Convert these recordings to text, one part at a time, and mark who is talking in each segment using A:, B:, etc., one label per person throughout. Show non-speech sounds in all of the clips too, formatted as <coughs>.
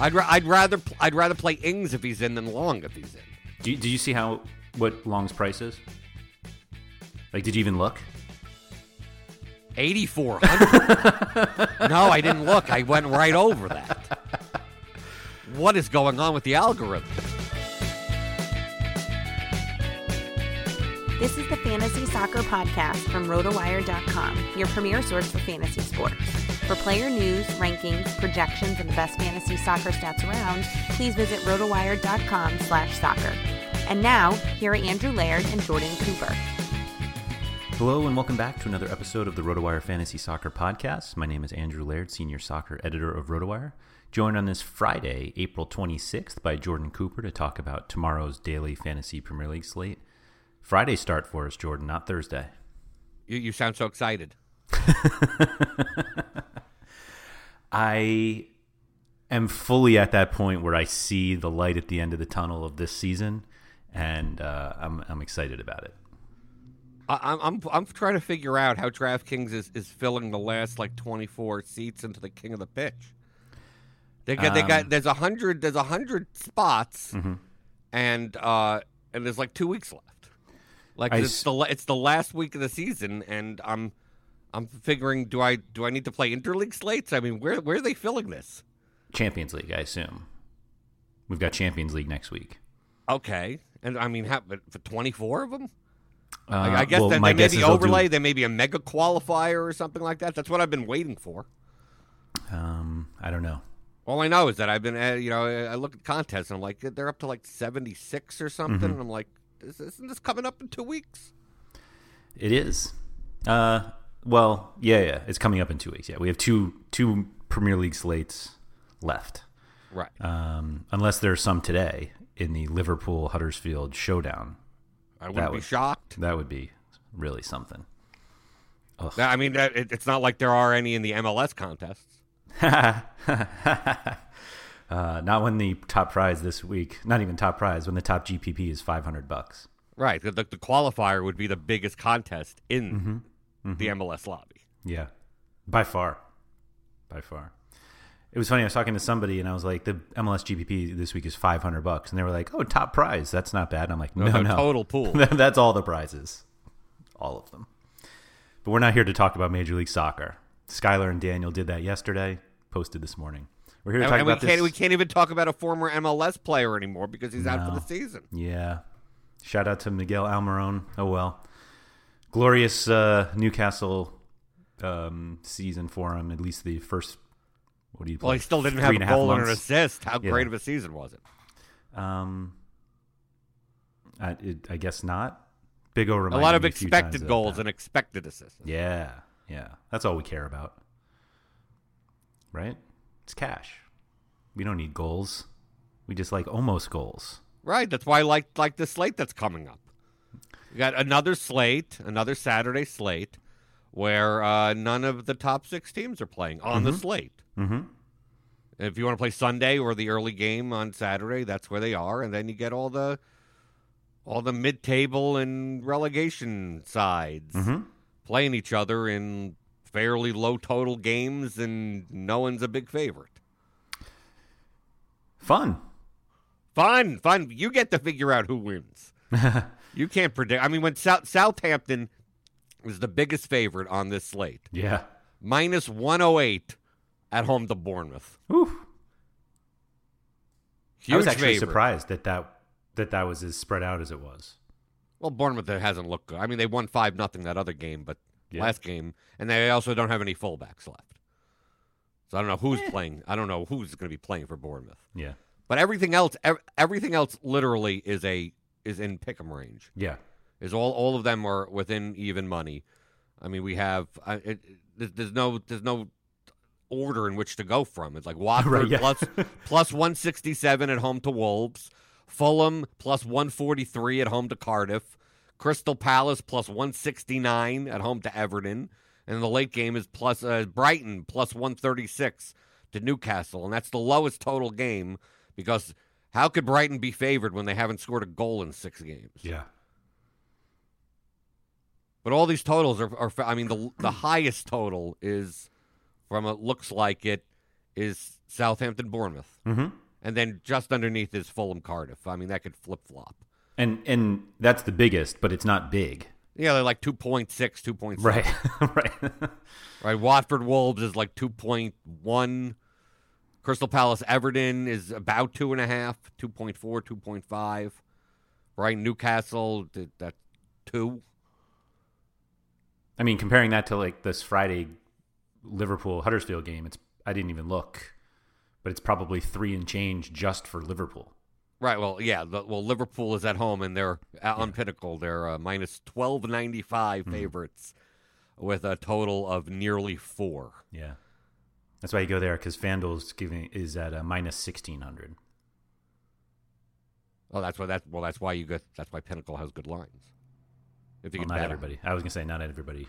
A: I'd, ra- I'd rather pl- I'd rather play Ings if he's in than Long if he's in.
B: Do you, did you see how what Long's price is? Like, did you even look?
A: Eighty four hundred. no, I didn't look. I went right over that. What is going on with the algorithm?
C: This is the Fantasy Soccer Podcast from RotoWire.com, your premier source for fantasy sports. For player news, rankings, projections, and the best fantasy soccer stats around, please visit RotoWire.com slash soccer. And now, here are Andrew Laird and Jordan Cooper.
B: Hello and welcome back to another episode of the RotoWire Fantasy Soccer Podcast. My name is Andrew Laird, Senior Soccer Editor of RotoWire. Joined on this Friday, April 26th, by Jordan Cooper to talk about tomorrow's daily Fantasy Premier League slate. Friday start for us, Jordan, not Thursday.
A: You, you sound so excited.
B: <laughs> I am fully at that point where I see the light at the end of the tunnel of this season, and uh, I'm, I'm excited about it.
A: I, I'm, I'm I'm trying to figure out how DraftKings is, is filling the last like twenty four seats into the king of the pitch. They got they
B: Um.
A: got there's a hundred there's a hundred spots,
B: Mm-hmm.
A: and uh and there's like two weeks left. Like
B: I
A: it's
B: s-
A: the la- it's the last week of the season, and I'm I'm figuring do I do I need to play interleague slates? I mean, where where are they filling this?
B: Champions League, I assume. We've got Champions League next week.
A: Okay, and I mean, how, but for twenty four of them.
B: Uh,
A: Like, I guess
B: well,
A: then
B: my
A: there may
B: guess
A: be
B: is they'll do-
A: overlay, there may be a mega qualifier or something like that. That's what I've been waiting for.
B: um, I don't know.
A: All I know is that I've been, uh, you know, I I look at contests and I'm like, they're up to like 76 or something.
B: Mm-hmm.
A: And I'm like, is- isn't this coming up in two weeks?
B: It is. Uh, well, yeah, yeah. It's coming up in two weeks. Yeah, we have two two Premier League slates left,
A: Right.
B: um, unless there's some today in the Liverpool Huddersfield showdown.
A: I wouldn't be
B: was-
A: shocked.
B: That would be really something.
A: No,
B: <laughs>
A: I mean, that, it, it's not like there are any in the MLS contests.
B: uh, not when the top prize this week, not even top prize, when the top GPP is five hundred bucks.
A: Right. The, the, the qualifier would be the biggest contest in
B: Mm-hmm.
A: the MLS lobby.
B: Yeah, by far, by far. It was funny. I was talking to somebody and I was like, the MLS GPP this week is 500 bucks. And they were like, oh, top prize. That's not bad. And I'm like, no, no. <laughs>
A: total pool.
B: That's all the prizes, all of them. But we're not here to talk about Major League Soccer. Skylar and Daniel did that yesterday, posted this morning. We're here to
A: and,
B: talk
A: and we
B: about
A: can't
B: this.
A: we can't even talk about a former MLS player anymore because he's out for the season.
B: Yeah. Shout out to Miguel Almiron. Oh well. Glorious uh, Newcastle um, season for him. At least the first. What do you?
A: Well,
B: play?
A: he still didn't
B: Three
A: have a
B: and half
A: goal and an
B: months?
A: assist. How
B: Yeah.
A: great of a season was it?
B: Um, I, it, I guess not. Big O
A: A
B: reminded
A: lot of
B: me few times
A: expected goals
B: that.
A: and expected assists.
B: yeah, yeah. That's all we care about, right? It's cash. We don't need goals. We just like almost goals.
A: Right. That's why I like like the slate that's coming up. We got another slate, another Saturday slate, where uh, none of the top six teams are playing on the slate.
B: Mm-hmm.
A: If you want to play Sunday or the early game on Saturday, that's where they are, and then you get all the all the mid table and relegation sides
B: Mm-hmm.
A: playing each other in fairly low total games, and no one's a big favorite.
B: Fun.
A: Fun, fun. You get to figure out who wins.
B: <laughs>
A: you can't predict. I mean, when South Southampton is the biggest favorite on this slate,
B: Yeah.
A: minus 108 at home to Bournemouth.
B: Ooh.
A: Huge
B: I was actually
A: favorite.
B: surprised that, that that that was as spread out as it was.
A: Well, Bournemouth hasn't looked good. I mean, they won 5 nothing that other game, but
B: Yeah.
A: last game, and they also don't have any fullbacks left. So I don't know who's playing. I don't know who's going to be playing for Bournemouth.
B: Yeah.
A: But everything else ev- everything else literally is a is in pick'em range.
B: Yeah.
A: is all all of them are within even money. I mean, we have I, it, there's, there's no there's no order in which to go from.
B: <laughs>
A: It's like Watford
B: yeah.
A: plus plus one sixty seven at home to Wolves, Fulham plus one forty three at home to Cardiff, Crystal Palace plus one sixty nine at home to Everton, and the late game is plus uh, Brighton plus one thirty six to Newcastle, and that's the lowest total game because how could Brighton be favored when they haven't scored a goal in six games?
B: Yeah.
A: But all these totals are, are I mean, the the highest total is from it looks like it is Southampton Bournemouth,
B: Mm-hmm.
A: and then just underneath is Fulham Cardiff. I mean, that could flip flop.
B: And and that's the biggest, but it's not big.
A: Yeah, they're like 2.6, 2.7.
B: <laughs> Right. right.
A: Right. Watford Wolves is like 2.1. Crystal Palace Everton is about 2.5, 2.4, 2.5. Right. Newcastle, th- that 2.
B: I mean, comparing that to like this Friday Liverpool Huddersfield game, it's I didn't even look, but it's probably three and change just for Liverpool.
A: Right. Well, yeah. the- Well, Liverpool is at home and they're uh on Pinnacle. They're uh, minus twelve ninety
B: Hmm.
A: five favorites, with a total of nearly four.
B: Yeah. That's why you go there because FanDuel's giving is at a minus sixteen hundred.
A: Oh, that's why that. Well, that's why you get. That's why Pinnacle has good lines. If you can
B: Well, not
A: bet 'em.
B: everybody. I was gonna say not everybody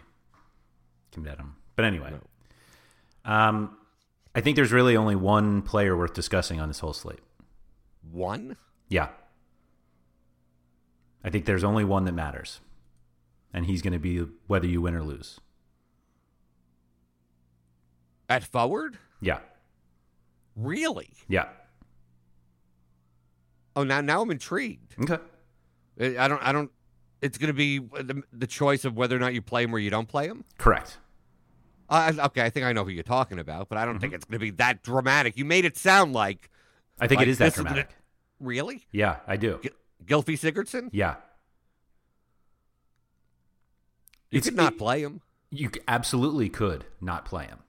B: can bet them, but anyway.
A: No.
B: Um, I think there's really only one player worth discussing on this whole slate.
A: one.
B: Yeah. I think there's only one that matters. And he's going to be whether you win or lose.
A: At forward,
B: Yeah.
A: really?
B: Yeah.
A: Oh, now now I'm intrigued.
B: Okay.
A: I I don't. I don't. It's going to be the, the choice of whether or not you play him or you don't play him.
B: Correct.
A: Uh, okay, I think I know who you're talking about, but I don't think
B: Mm-hmm.
A: it's going to be that dramatic. You made it sound like
B: I think
A: Like,
B: it is that
A: this is
B: dramatic.
A: really
B: Yeah, I do.
A: G- Gilfie Sigurdsson.
B: Yeah.
A: You
B: It's- e-,
A: could not play him.
B: You c- absolutely could not play him.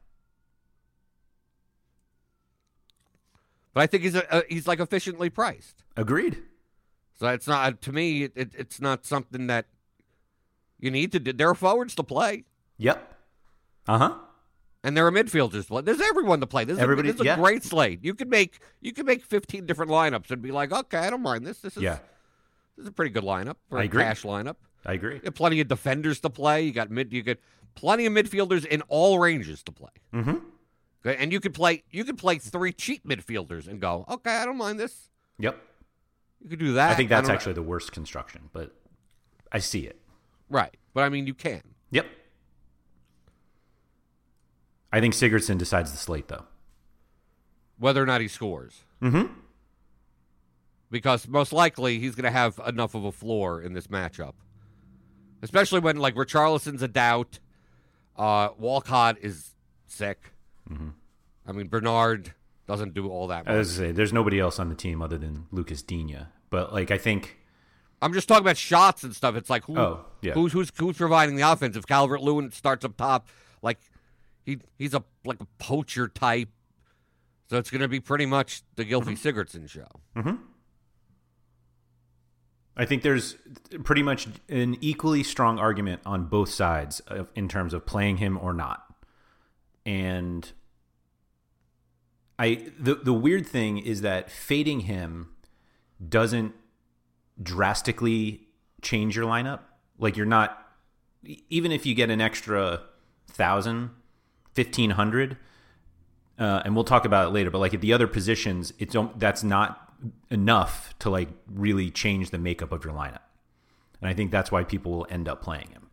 A: But I think he's a, a he's like efficiently priced.
B: Agreed.
A: So it's not to me. It, it, it's not something that you need to do. There are forwards to play,
B: Yep. Uh huh.
A: and there are midfielders. to play. There's everyone to play. This is, a,
B: Everybody-
A: this is
B: yeah.
A: a great slate. You could make you could make 15 different lineups and be like, okay, I don't mind this. This is
B: Yeah.
A: this is a pretty good lineup. Or
B: I
A: a
B: agree.
A: cash lineup.
B: I agree.
A: You got plenty of defenders to play. You got mid. You got plenty of midfielders in all ranges to play.
B: Mm-hmm.
A: Okay? And you could play you could play three cheap midfielders and go, okay, I don't mind this.
B: Yep.
A: You could do that.
B: I think that's
A: don't know.
B: actually the worst construction, but I see it.
A: right. But I mean, you can.
B: Yep. I think Sigurdsson decides the slate, though.
A: whether or not he scores,
B: Mm-hmm.
A: because most likely he's going to have enough of a floor in this matchup, especially when like Richarlison's a doubt, uh, Walcott is sick.
B: Mm-hmm.
A: I mean Bernard doesn't do all that.
B: I
A: Much.
B: was gonna say, there's nobody else on the team other than Lucas Dina. But like, I think
A: I'm just talking about shots and stuff. It's like who,
B: Oh, yeah.
A: who's who's who's providing the offense? If Calvert Lewin starts up top, like he he's a like a poacher type, so it's going to be pretty much the Guilty
B: Mm-hmm.
A: Sigurdsson show.
B: I think there's pretty much an equally strong argument on both sides of, in terms of playing him or not. And I the the weird thing is that fading him doesn't drastically change your lineup. Like you're not even if you get an extra 1000 1500 uh, and we'll talk about it later. But like at the other positions, it's on- that's not enough to like really change the makeup of your lineup, and I think that's why people will end up playing him.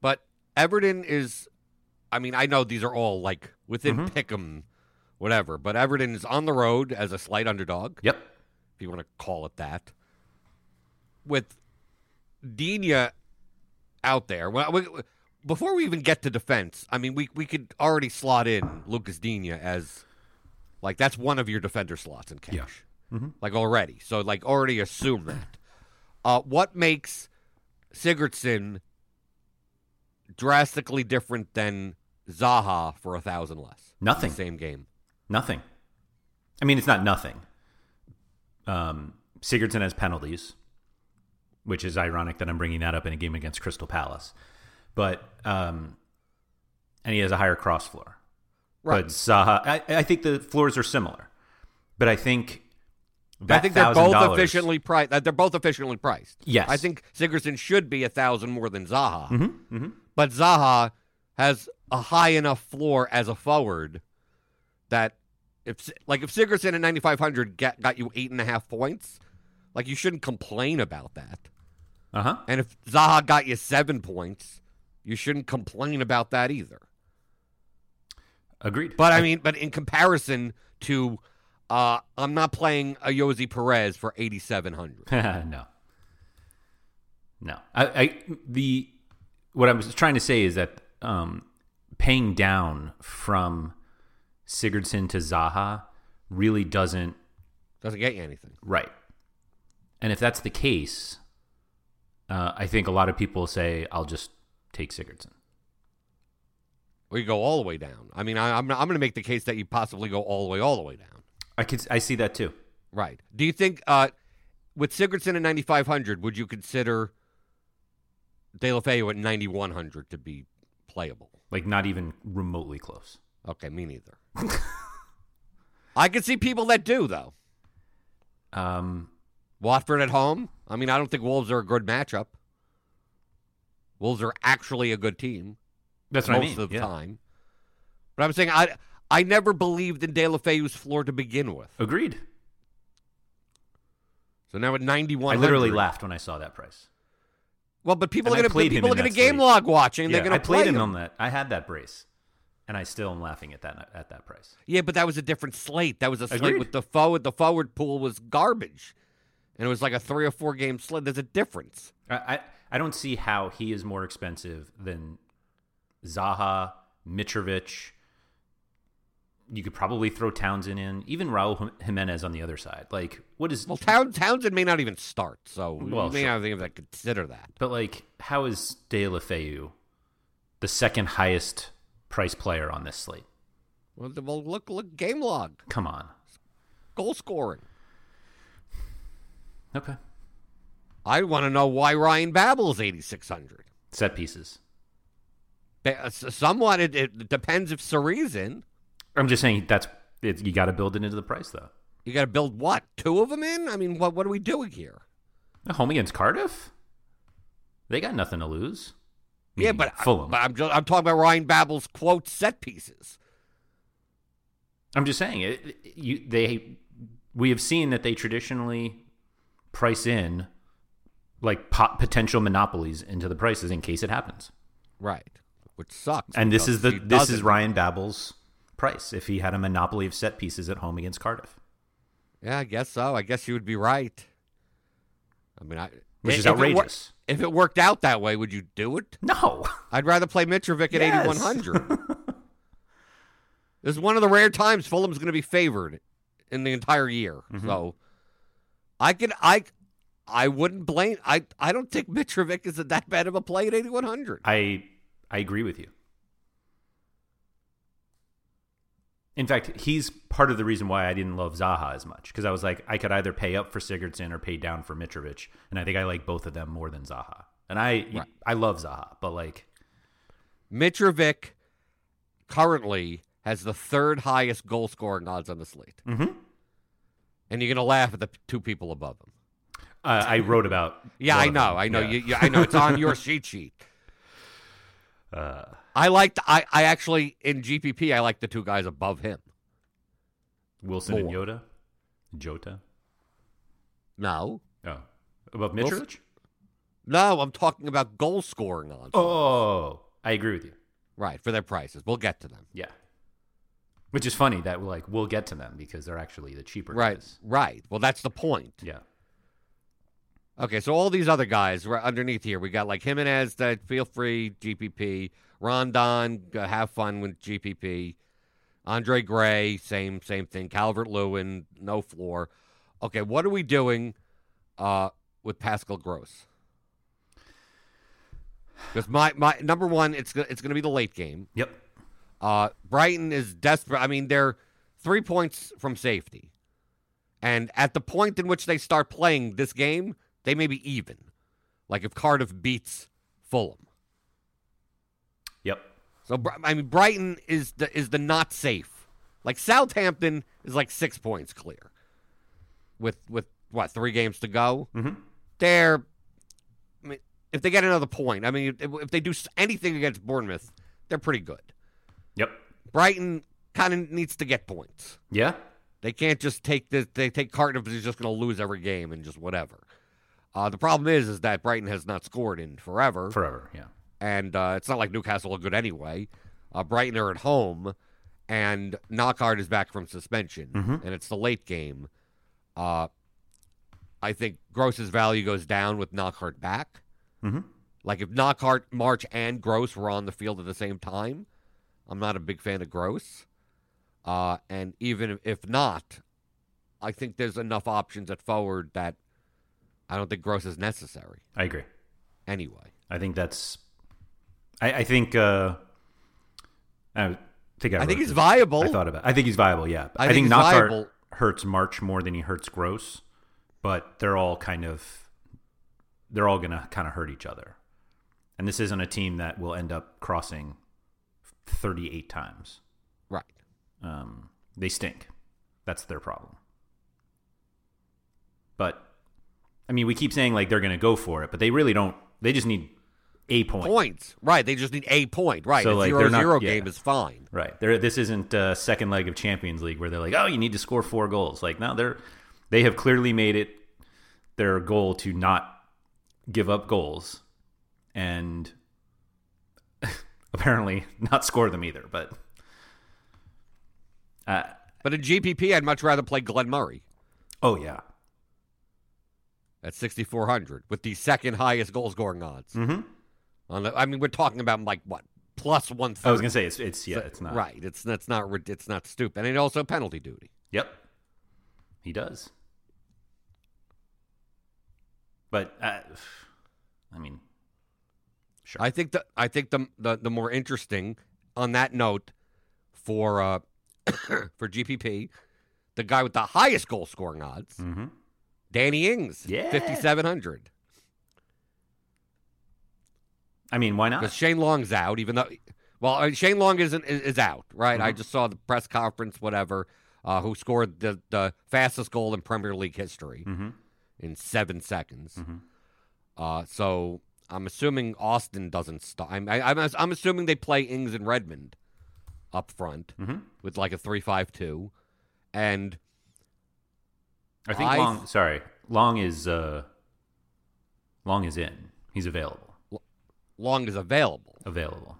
A: But Everton is, I mean, I know these are all like within
B: Mm-hmm.
A: pick'em, whatever. But Everton is on the road as a slight underdog,
B: Yep.
A: if you want to call it that. With Dina out there, well, we, before we even get to defense, I mean, we we could already slot in Lucas Dina as like that's one of your defender slots in cash,
B: Yeah.
A: like already. So like already assume that. Uh, what makes Sigurdsson drastically different than Zaha for a thousand less? in the
B: Nothing.
A: Same game.
B: Nothing. I mean, it's not nothing. Um, Sigurdsson has penalties, which is ironic that I'm bringing that up in a game against Crystal Palace, but um, and he has a higher cross floor. But Zaha, I, I think the floors are similar, but I think
A: I
B: that
A: think they're both
B: $1,000
A: efficiently priced. Uh, They're both efficiently priced.
B: Yes.
A: I think Sigurdsson should be a thousand more than Zaha,
B: Mm-hmm, mm-hmm.
A: but Zaha has a high enough floor as a forward that if like if Sigurdsson at ninety five hundred got, got you eight and a half points, like you shouldn't complain about that.
B: Uh huh.
A: And if Zaha got you seven points, you shouldn't complain about that either.
B: Agreed.
A: But I mean, but in comparison to, uh, I'm not playing a Yosi Perez for 8,700.
B: <laughs> no, no. I, I the what I was trying to say is that um, paying down from Sigurdsson to Zaha really doesn't
A: Doesn't get you anything.
B: right. And if that's the case, uh, I think a lot of people say, "I'll just take Sigurdsson."
A: Or you go all the way down. I mean, I, I'm, I'm going to make the case that you possibly go all the way, all the way down.
B: I could I see that too.
A: Right. Do you think, uh, with Sigurdsson at 9,500, would you consider De La Feu at 9,100 to be playable?
B: Like not even remotely close.
A: Okay, me neither. I can see people that do, though.
B: Um,
A: Watford at home. I mean, I don't think Wolves are a good matchup. Wolves are actually a good team
B: that's what
A: most
B: I mean.
A: of the
B: yeah.
A: time. But I'm saying I I never believed in De La Feu's floor to begin with.
B: Agreed.
A: So now at 91,
B: I literally laughed when I saw that price.
A: Well, but people
B: And I
A: are going
B: played
A: to
B: him
A: people
B: in
A: are going to
B: that
A: game
B: slate.
A: log watching.
B: Yeah,
A: They're going
B: I
A: to
B: played
A: play
B: him
A: him.
B: on that. I had that brace, and I still am laughing at that at that price.
A: Yeah, but that was a different slate. That was a slate
B: Agreed.
A: with the forward. The forward pool was garbage, and it was like a three or four game slate. There's a difference.
B: I I, I don't see how he is more expensive than Zaha, Mitrovic. You could probably throw Townsend in, even Raul Jim- Jimenez on the other side. Like, what is?
A: Well, Town, Townsend may not even start, so we
B: Well,
A: may
B: sure.
A: not even consider that.
B: but like, how is De La Feu the second highest price player on this slate?
A: Well, th- well, look, look, game log,
B: Come on.
A: goal scoring.
B: Okay.
A: I want to know why Ryan Babel is 8,600.
B: Set pieces.
A: Ba- uh, s- Somewhat, it, it depends if Sari's in.
B: I'm just saying that's it's, you got to build it into the price though.
A: You got to build what? Two of them in? I mean, what what are we doing here?
B: A home against Cardiff? They got nothing to lose.
A: Yeah,
B: Meaning
A: but, I-
B: Fulham.
A: but I'm, just, I'm talking about Ryan Babel's quote set pieces.
B: I'm just saying it, it- you they we have seen that they traditionally price in like pot, potential monopolies into the prices in case it happens.
A: Right. Which sucks.
B: And this
A: because
B: is the
A: he
B: this is
A: doesn't.
B: Ryan Babel's price if he had a monopoly of set pieces at home against Cardiff,
A: Yeah, I guess so. I guess you would be right. I mean, I
B: which
A: i-
B: is
A: if it wor-
B: outrageous.
A: if it worked out that way, would you do it?
B: no. <laughs>
A: I'd rather play Mitrovic at
B: Yes. <laughs>
A: 8100. this is one of the rare times Fulham's going to be favored in the entire year.
B: Mm-hmm.
A: So I could I I wouldn't blame I I don't think Mitrovic is that bad of a play at 8100.
B: I I agree with you. In fact, he's part of the reason why I didn't love Zaha as much because I was like, I could either pay up for Sigurdsson or pay down for Mitrovic, and I think I like both of them more than Zaha. And I
A: Right.
B: I love Zaha, but like,
A: Mitrovic currently has the third highest goal scoring odds on the slate.
B: Mhm.
A: And you're going to laugh at the p- two people above him.
B: uh, I wrote about.
A: <laughs> Yeah,
B: one
A: I
B: of
A: know.
B: them.
A: I know.
B: Yeah.
A: You, you, I know. It's on
B: <laughs>
A: your sheet sheet.
B: Uh,
A: I liked. I, I actually in GPP I like the two guys above him.
B: Wilson and Yoda, Jota.
A: No,
B: Oh, above Mitrovic.
A: Wilson- no, I'm talking about goal scoring odds.
B: Oh, I agree with you.
A: right for their prices. We'll get to them.
B: Yeah. Which is funny that like we'll get to them because they're actually the cheaper
A: Right,
B: guys.
A: right. Well, that's the point.
B: Yeah.
A: Okay, so all these other guys right underneath here, we got like Jimenez. That feel free GPP. Rondon, uh, have fun with GPP. Andre Gray, same same thing. Calvert Lewin, no floor. Okay, what are we doing uh, with Pascal Gross? Because my, my number one, it's go- it's going to be the late game.
B: Yep.
A: Uh, Brighton is desperate. I mean, they're three points from safety. And at the point in which they start playing this game, they may be even. Like if Cardiff beats Fulham.
B: Yep.
A: So, Br- I mean, Brighton is the, is the not safe. Like Southampton is like six points clear with, with what, three games to go?
B: Mhm.
A: They're, I mean, if they get another point, I mean, if, if they do s- anything against Bournemouth, they're pretty good.
B: Yep.
A: Brighton kind of needs to get points.
B: Yeah.
A: They can't just take this. They take Cardiff is just going to lose every game and just whatever. Uh, the problem is, is that Brighton has not scored in forever,
B: Forever. Yeah.
A: and uh, it's not like Newcastle are good anyway. Uh, Brighton are at home, and Knockhart is back from suspension, and it's the late game. Uh, I think Gross's value goes down with Knockhart back. Mm-hmm.
B: Mhm.
A: Like if Knockhart, March, and Gross were on the field at the same time, I'm not a big fan of Gross. Uh, and even if not, I think there's enough options at forward that I don't think Gross is necessary
B: I agree.
A: anyway.
B: I think that's. I, I think. Uh, I think I.
A: I
B: wrote
A: think he's
B: this.
A: viable.
B: I thought about. I think he's viable. Yeah.
A: I
B: I,
A: think
B: think,
A: he's
B: Knockhart
A: viable.
B: hurts March more than he hurts Gross, but they're all kind of. They're all gonna kind of hurt each other, and this isn't a team that will end up crossing thirty-eight times.
A: right.
B: Um, they stink. That's their problem. But I mean, we keep saying like they're going to go for it, but they really don't. They just need a point.
A: Points. Right. They just need a point. Right.
B: So,
A: a
B: like,
A: zero
B: they're not-
A: zero
B: yeah.
A: game is fine.
B: Right. They're, this isn't uh, second leg of Champions League where they're like, oh, you need to score four goals. Like no, they're they have clearly made it their goal to not give up goals and <laughs> apparently not score them either. But uh,
A: But in GPP, I'd much rather play Glenn Murray
B: oh yeah,
A: at 6,400 with the second highest goal scoring odds.
B: mm-hmm.
A: On the, I mean, we're talking about like what? Plus one.
B: I was gonna say it's it's yeah
A: So-
B: it's not
A: right. It's that's not rid- it's not stupid, and it also penalty duty.
B: Yep. He does. But uh, I mean, sure.
A: I think the I think the the, the more interesting on that note for uh, <coughs> for GPP, the guy with the highest goal scoring odds,
B: mm-hmm.
A: Danny Ings,
B: Yeah.
A: fifty seven hundred.
B: I mean, why
A: Because
B: not?
A: Shane Long's out, even though, well, uh, Shane Long isn't is, is out, right?
B: Mm-hmm.
A: I just saw the press conference, whatever. Uh, who scored the the fastest goal in Premier League history
B: Mm-hmm.
A: in seven seconds?
B: Mhm.
A: Uh, so I'm assuming Austin doesn't stop. I'm I, I'm, I'm assuming they play Ings and Redmond up front
B: Mm-hmm.
A: with like a three-five-two, and
B: I think
A: I-
B: Long. Sorry, Long is uh, Long is in. He's available.
A: Long is available.
B: Available.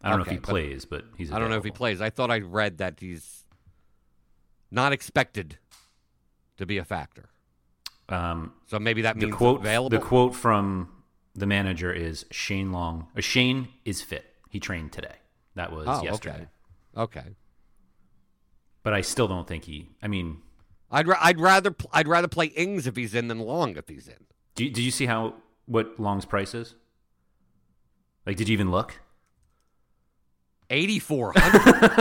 B: I don't know if
A: Okay,
B: he
A: but-
B: plays, but he's.
A: I don't know if he
B: available.
A: plays. I thought I read that he's not expected to be a factor.
B: Um,
A: So maybe that
B: the
A: means
B: quote
A: available.
B: the quote from the manager is Shane Long. Uh, Shane is fit. He trained today. That was
A: Oh,
B: yesterday.
A: okay. Okay.
B: But I still don't think he. I mean,
A: I'd ra- I'd rather pl- I'd rather play Ings if he's in than Long if he's in.
B: do you, did you see how what Long's price is? Like, did you even look?
A: Eighty four hundred.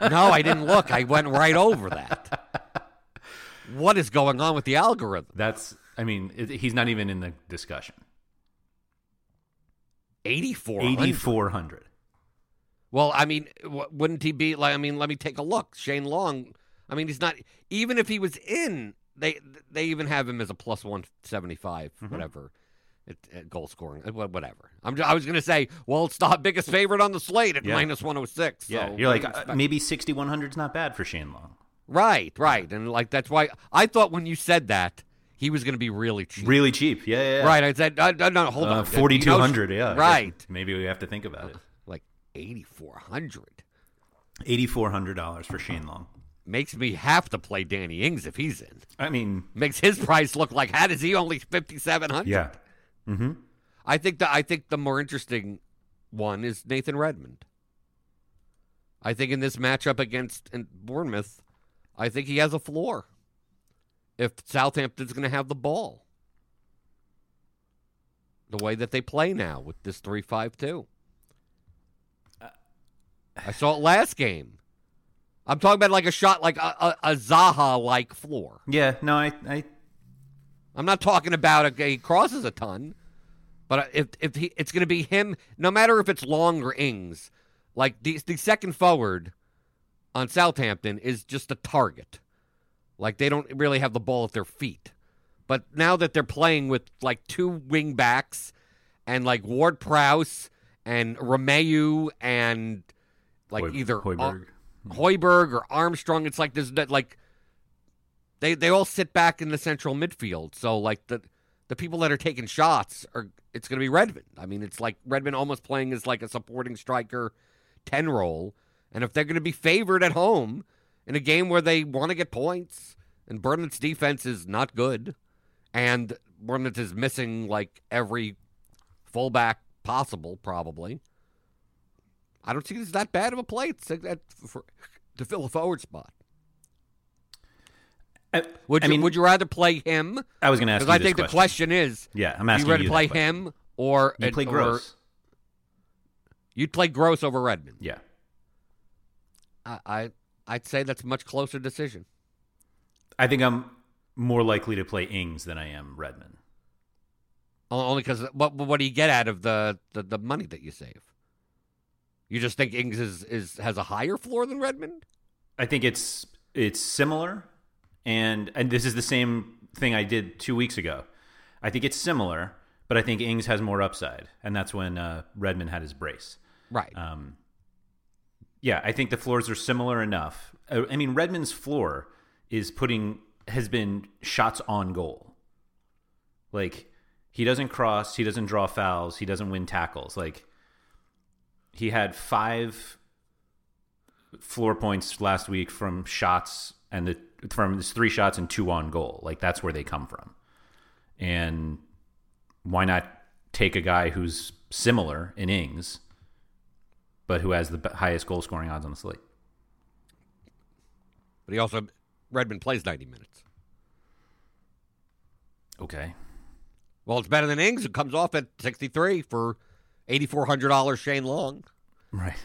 B: <laughs>
A: no, I didn't look. I went right over that. What is going on with the algorithm?
B: That's. I mean, it, he's not even in the discussion.
A: Eighty four.
B: Eighty four hundred.
A: Well, I mean, w- wouldn't he be like? I mean, let me take a look. Shane Long. I mean, he's not even if he was in. They they even have him as a plus one seventy five,
B: Mm-hmm.
A: whatever, at, at goal scoring, uh, wha- whatever. I'm ju- I was gonna say, well, it's the biggest favorite on the slate at
B: Yeah.
A: minus one hundred six.
B: Yeah,
A: so
B: you're
A: what do
B: like
A: you
B: uh,
A: expect?
B: maybe sixty one hundred is not bad for Shane Long.
A: right, right, and like that's why I thought when you said that he was gonna be really cheap.
B: Really cheap. Yeah, yeah. yeah.
A: Right, I said, uh, no, no, hold
B: Uh,
A: on,
B: forty two hundred.
A: You
B: Yeah.
A: know-
B: I guess <laughs>
A: right,
B: Maybe we have to think about it.
A: like eighty four hundred
B: Eighty four hundred dollars for Shane Long.
A: makes me have to play Danny Ings if he's in.
B: I mean,
A: makes his price look like how does he only fifty seven hundred?
B: yeah. Mm-hmm.
A: I think the I think the more interesting one is Nathan Redmond. I think in this matchup against in Bournemouth, I think he has a floor. If Southampton's going to have the ball, the way that they play now with this three-five-two, I saw it last game. I'm talking about like a shot, like a, a, a Zaha-like floor.
B: Yeah. No, I, I
A: I'm not talking about a, he crosses a ton, but if if he, it's going to be him, no matter if it's Long or Ings, like the the second forward on Southampton is just a target. Like they don't really have the ball at their feet. But now that they're playing with like two wing backs and like Ward Prowse and Romeu and like
B: Hoy-
A: either Ar-
B: Hoiberg. Hmm.
A: Hoiberg or Armstrong, it's like there's that like they they all sit back in the central midfield. So like the the people that are taking shots are it's going to be Redmond. I mean, it's like Redmond almost playing as like a supporting striker, ten role. And if they're going to be favored at home in a game where they want to get points, and Bournemouth's defense is not good, and Bournemouth is missing like every fullback possible, probably. I don't think it's that bad of a play to, that, for, to fill a forward spot.
B: I,
A: Uh, Would
B: I
A: you
B: mean,
A: would you rather play him?
B: I was going to ask
A: Because
B: you
A: I
B: this
A: think the question is,
B: Yeah, I'm
A: you
B: asking
A: ready
B: you
A: to
B: that
A: play
B: question.
A: him or
B: You play
A: or
B: gross.
A: You'd play Gross over Redmond.
B: Yeah.
A: I, I I'd say that's a much closer decision.
B: I think I'm more likely to play Ings than I am Redmond.
A: O- Only because what what do you get out of the, the, the money that you save? You just think Ings is, is has a higher floor than Redmond?
B: I think it's it's similar, and and this is the same thing I did two weeks ago. I think it's similar, but I think Ings has more upside, and that's when uh, Redmond had his brace.
A: Right.
B: Um, yeah, I think the floors are similar enough. Uh, I, I mean, Redmond's floor is putting has been shots on goal. Like he doesn't cross, he doesn't draw fouls, he doesn't win tackles. Like he had five floor points last week from shots and the from his three shots and two on goal. Like that's where they come from. And why not take a guy who's similar in Ings? but who has the b- highest goal scoring odds on the slate.
A: But he also Redmond plays ninety minutes.
B: Okay.
A: Well, it's better than Ings, who comes off at sixty three for eighty four hundred dollars Shane Long.
B: Right.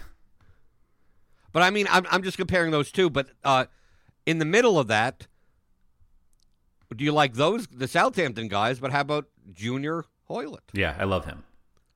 A: But I mean, I'm, I'm just comparing those two. But uh, in the middle of that, do you like those the Southampton guys? But how about Junior Hoylett,
B: Yeah, I love him.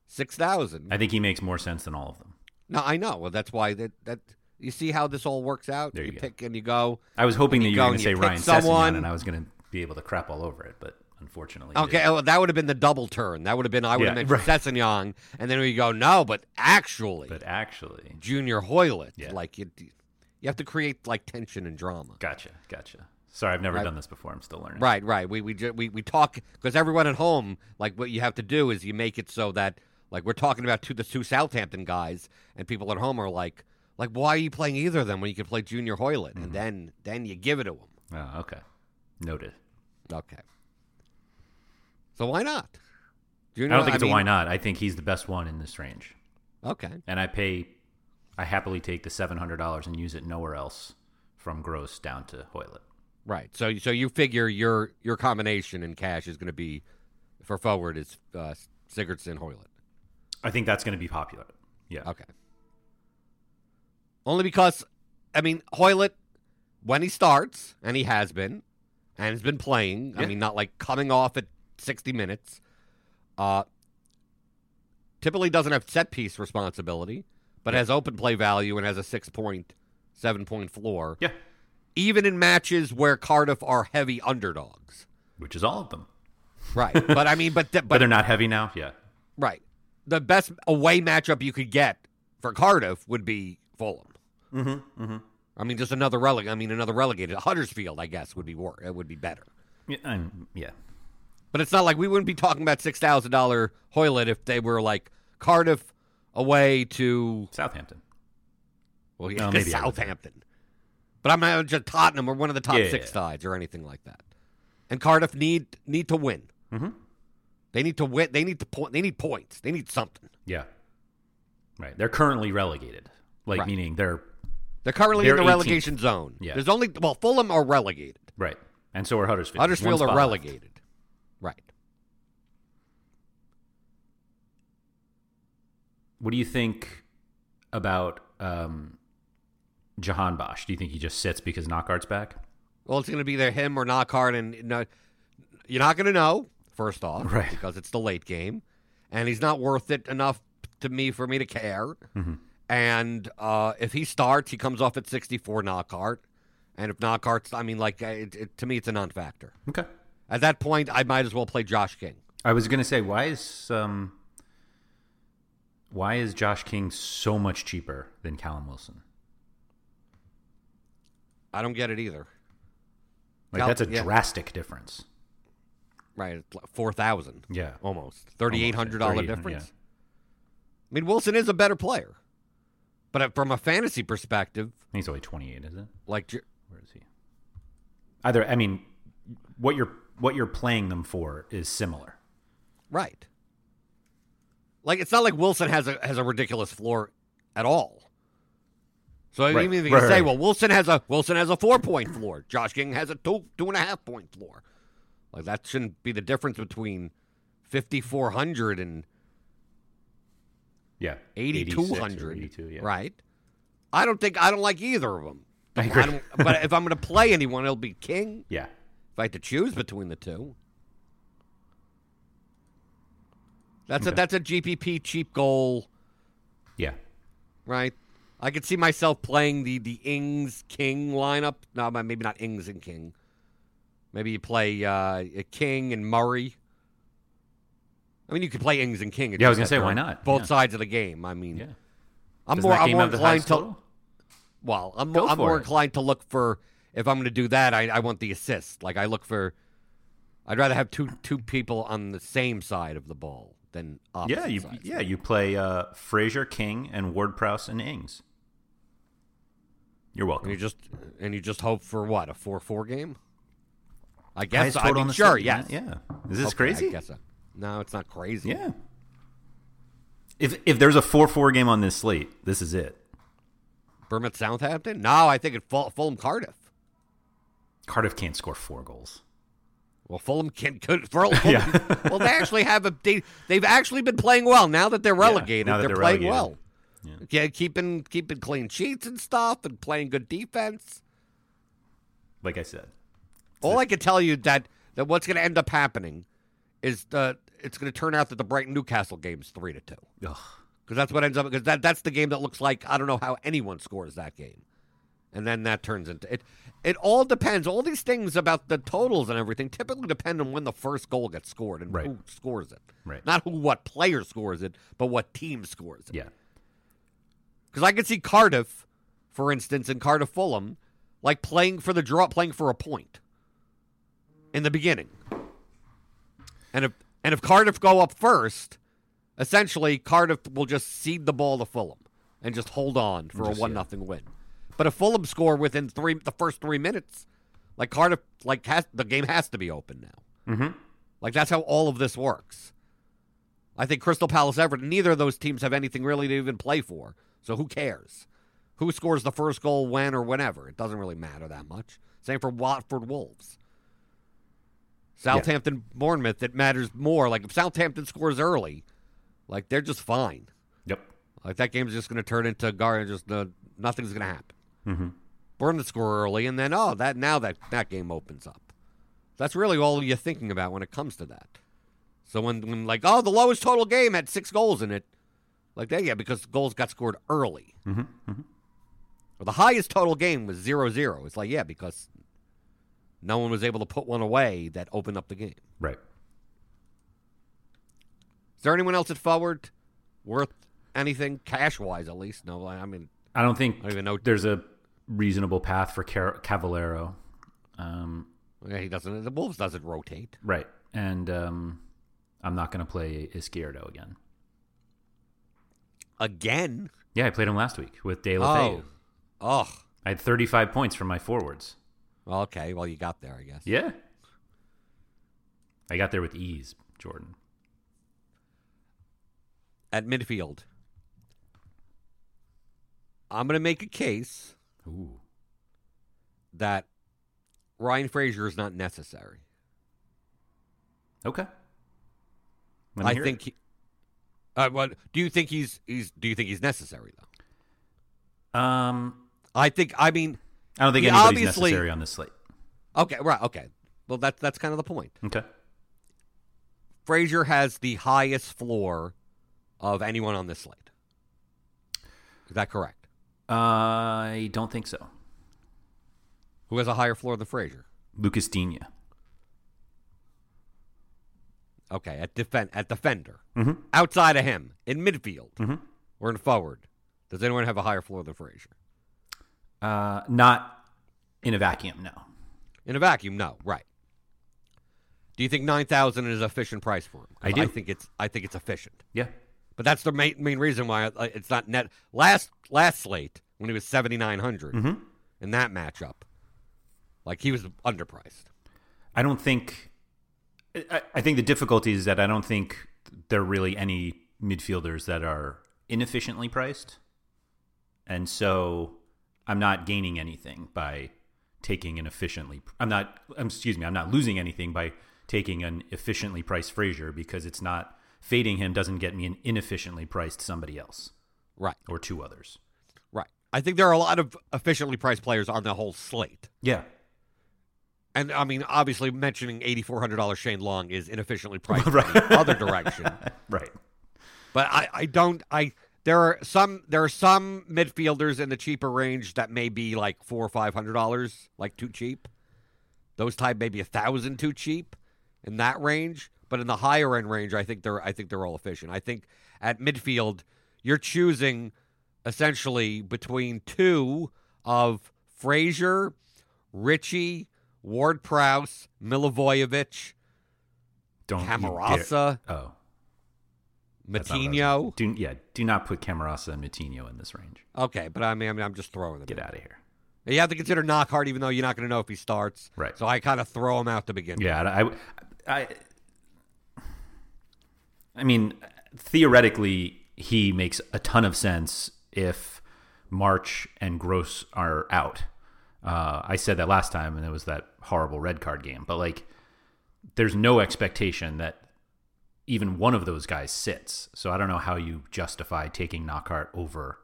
A: six thousand?
B: I think he makes more sense than all of them.
A: No, I know. Well, that's why that that you see how this all works out.
B: There you go.
A: pick and you go.
B: I was hoping
A: You
B: that you
A: go
B: were going
A: and
B: to
A: you
B: say
A: pick
B: Ryan
A: someone.
B: Sessegnon, and I was going to be able to crap all over it, but unfortunately. you
A: Okay,
B: didn't.
A: well, that would have been the double turn. That would have been I would
B: Yeah,
A: have mentioned
B: right.
A: Sessegnon, and then we go no, but actually
B: But actually,
A: Junior Hoylett.
B: Yeah.
A: Like you, you have to create like tension and drama.
B: gotcha, gotcha. Sorry, I've never
A: Right.
B: done this before. I'm still learning.
A: Right, right. We we ju- we we talk because everyone at home, like what you have to do is you make it so that Like we're talking about two the two Southampton guys, and people at home are like, like why are you playing either of them when you can play Junior Hoylett?
B: Mm-hmm.
A: And then then you give it to him.
B: Oh, okay. Noted.
A: Okay. So why not?
B: I
A: Junior,
B: don't think it's a
A: mean-
B: why not. I think he's the best one in this range.
A: Okay.
B: And I pay, I happily take the $700 and use it nowhere else from gross down to Hoylet.
A: Right. So so you figure your your combination in cash is going to be for forward is uh, Sigurdsson Hoyland.
B: I think that's going to be popular. Yeah.
A: Okay. Only because I mean Hoylet when he starts and he has been and has been playing. I
B: Yeah.
A: mean not like coming off at 60 minutes. Uh typically doesn't have set piece responsibility, but has open play value and has a 6 point 7 point floor
B: Yeah.
A: even in matches where Cardiff are heavy
B: <laughs>
A: underdogs.
B: Which is all of them.
A: Right. But I mean, but th-
B: But,
A: but
B: they're not heavy now. Yeah.
A: right. The best away matchup you could get for Cardiff would be Fulham.
B: Mm-hmm. Mm-hmm.
A: I mean, just another releg. I mean, another relegated Huddersfield. I guess would be wor- It would be better.
B: Yeah. I'm, yeah.
A: But it's not like we wouldn't be talking about six thousand dollar Hoylet if they were like Cardiff away to
B: Southampton.
A: well,
B: No,
A: yeah,
B: maybe I would.
A: Southampton. But I'm not just Tottenham or one of the top
B: Yeah, yeah,
A: six
B: yeah.
A: sides or anything like that. And Cardiff need need to win.
B: Mm-hmm.
A: They need to win. They need to point. They need points. They need something.
B: Yeah. Right. They're currently relegated. Like,
A: Right.
B: meaning they're,
A: They're currently in
B: They're
A: the
B: 18th.
A: relegation zone.
B: Yeah.
A: There's only well, Fulham are relegated.
B: right. And so are Huddersfield. There's one
A: Huddersfield
B: spot
A: are
B: left.
A: relegated. Right.
B: What do you think about um, Jahan Bosch? Do you think he just sits because Knockhart's back?
A: Well, it's going to be either him or Knockhart, and no, you're not going to know first off,
B: Right.
A: Because it's the late game, and he's not worth it enough to me for me to care.
B: Mhm.
A: And uh, if he starts, he comes off at 64 Knockhart, and if Knockhart's, I mean, like uh, it, it, to me, it's a non-factor.
B: Okay.
A: At that point, I might as well play Josh King.
B: I was gonna say, why is um, why is Josh King so much cheaper than Callum Wilson?
A: I don't get it either.
B: Like
A: Cal-
B: that's a
A: yeah.
B: drastic difference.
A: Right, it's like four thousand.
B: Yeah.
A: almost thirty eight hundred dollar
B: Almost, yeah,
A: difference. I mean, Wilson is a better player, but uh, from a fantasy perspective,
B: He's only twenty eight, is it?
A: like J-
B: Where is he? Either I mean, what you're what you're playing them for is similar.
A: right, like it's not like Wilson has a has a ridiculous floor at all. So
B: Right,
A: even if you
B: right,
A: say,
B: right.
A: well, Wilson has a Wilson has a four point floor, Josh King has a two two and a half point floor, like that shouldn't be the difference between fifty four hundred and
B: Yeah. 86 or
A: 8200
B: 82, yeah.
A: right i don't think i don't like either of them
B: I agree.
A: don't, but if i'm going to play anyone it'll be king
B: Yeah.
A: if i had to choose between the two that's a
B: Okay.
A: that's a gpp cheap goal
B: Yeah.
A: right i could see myself playing the the ings king lineup no ma- maybe not ings and king maybe you play uh a king and murray i mean you could play ings and king
B: Yeah, I was gonna
A: just
B: say,
A: after
B: why not?
A: both
B: Yeah.
A: sides of the game i mean
B: Yeah.
A: I'm
B: Doesn't
A: more,
B: that
A: I'm
B: game
A: more
B: have the highest
A: inclined to.
B: total?
A: Well, I'm,
B: Go
A: I'm
B: for
A: more
B: it.
A: inclined to look for if I'm going to do that. I, I want the assist. Like I look for. I'd rather have two two people on the same side of the ball than opposite
B: Yeah, you
A: sides.
B: yeah you play uh, Fraser King and Ward Prowse and Ings. You're welcome.
A: And you just and you just hope for what a four four game. I
B: Highest
A: guess. I
B: total
A: mean,
B: on the
A: sure.
B: season,
A: Yes.
B: right? Yeah. Is this
A: Okay,
B: crazy?
A: I guess so. No, it's not crazy.
B: Yeah. If if there's a four four game on this slate, this is it.
A: Bournemouth Southampton. No, I think it Ful- Fulham Cardiff.
B: Cardiff can't score four goals.
A: Well, Fulham can could
B: <laughs>
A: Fulham, Fulham-
B: Yeah.
A: <laughs> well, they actually have a they, they've actually been playing well now that they're relegated.
B: now that
A: they're,
B: they're
A: playing
B: relegated.
A: well. Yeah. keeping keeping clean sheets and stuff, and playing good defense.
B: Like I said,
A: All I can tell you that that what's going to end up happening is the it's going to turn out that the Brighton Newcastle game's three to two
B: Ugh.
A: because that's what ends up because that that's the game that looks like I don't know how anyone scores that game, and then that turns into it. It all depends. All these things about the totals and everything typically depend on when the first goal gets scored and
B: Right.
A: who scores it.
B: Right.
A: Not who what player scores it, but what team scores it.
B: yeah,
A: Because I could see Cardiff, for instance, and Cardiff Fulham, like playing for the draw, playing for a point in the beginning. And if and if Cardiff go up first, Essentially, Cardiff will just cede the ball to Fulham and just hold on for a one nothing win. But if Fulham score within three, the first three minutes, like Cardiff, like has, the game has to be open now.
B: Mhm.
A: Like that's how all of this works. I think Crystal Palace, Everton, neither of those teams have anything really to even play for. So who cares? Who scores the first goal when or whenever? It doesn't really matter that much. Same for Watford Wolves. Southampton Bournemouth, it matters more. Like if Southampton scores early, like they're just fine.
B: Yep.
A: Like that game's just going to turn into Gar just uh, nothing's going to happen.
B: Mm-hmm.
A: Bournemouth score early, and then oh that now that that game opens up. That's really all you're thinking about when it comes to that. So when, when like oh the lowest total game had six goals in it, like that yeah because goals got scored early.
B: Mm-hmm.
A: Well, the highest total game was zero zero. It's like yeah because no one was able to put one away that opened up the game.
B: Right.
A: Is there anyone else at forward worth anything cash wise at least? No, I I mean
B: I don't think
A: I don't even know-
B: there's a reasonable path for Car- Cavallero. Um,
A: yeah, he doesn't. The Wolves doesn't rotate.
B: right. And um, I'm not going to play Izquierdo again.
A: again.
B: Yeah, I played him last week with De La Feu.
A: Oh,
B: I had 35 points from my forwards.
A: well, okay. Well, you got there, I guess.
B: Yeah. I got there with ease, Jordan.
A: At midfield, I'm going to make a case
B: Ooh.
A: that Ryan Frazier is not necessary.
B: Okay. Let me
A: I
B: hear
A: think.
B: it.
A: He, uh, what do you think he's he's? Do you think he's necessary though?
B: um,
A: I think. I mean,
B: I don't think
A: He
B: anybody's
A: obviously-
B: necessary on this slate.
A: okay, right, okay. Well, that's that's kind of the point.
B: Okay.
A: Frazier has the highest floor of anyone on this slate. Is that correct?
B: I don't think so.
A: Who has a higher floor than Frazier?
B: Lucas Digne.
A: Okay, at defend at defender.
B: Mm-hmm.
A: outside of him in midfield
B: Mhm.
A: or in forward, does anyone have a higher floor than Frazier?
B: Uh, not in a vacuum, no.
A: In a vacuum, no. Right. Do you think nine thousand is an efficient price for him? 'Cause
B: I do.
A: I think it's. I think it's efficient.
B: Yeah.
A: But that's the main main reason why uh, it's not net. Last last slate when he was seventy
B: Mhm.
A: in that matchup, like he was underpriced.
B: I don't think. I, I think the difficulty is that I don't think there are really any midfielders that are inefficiently priced, and so I'm not gaining anything by taking an efficiently. I'm not. um, Excuse me. I'm not losing anything by taking an efficiently priced Frazier because it's not fading him doesn't get me an inefficiently priced somebody else
A: Right.
B: or two others.
A: Right. I think there are a lot of efficiently priced players on the whole slate.
B: Yeah.
A: And I mean, obviously, mentioning eighty four hundred dollars Shane Long is inefficiently priced
B: Right.
A: in the other direction.
B: Right.
A: But I, I don't I there are some there are some midfielders in the cheaper range that may be like four or five hundred dollars, like too cheap. Those type maybe a thousand too cheap in that range. But in the higher end range, I think they're I think they're all efficient. I think at midfield, you're choosing essentially between two of Frazier, Richie, Ward Prowse, Milivojevic,
B: Don't Oh, you dare-
A: Camarasa,
B: Oh. That's not what I was
A: Matinho.
B: gonna- Do, yeah, do not put Camarasa and Matinho in this range.
A: Okay, but I mean, I mean I'm just throwing them.
B: Get
A: in.
B: out of here.
A: You have to consider Knockhart, even though you're not going to know if he starts.
B: Right.
A: So I kind of throw him out to begin. with.
B: Yeah, I, I, I, I mean, theoretically, he makes a ton of sense if March and Gross are out. Uh, I said that last time, and it was that horrible red card game. But like, there's no expectation that even one of those guys sits. So I don't know how you justify taking Knockhart over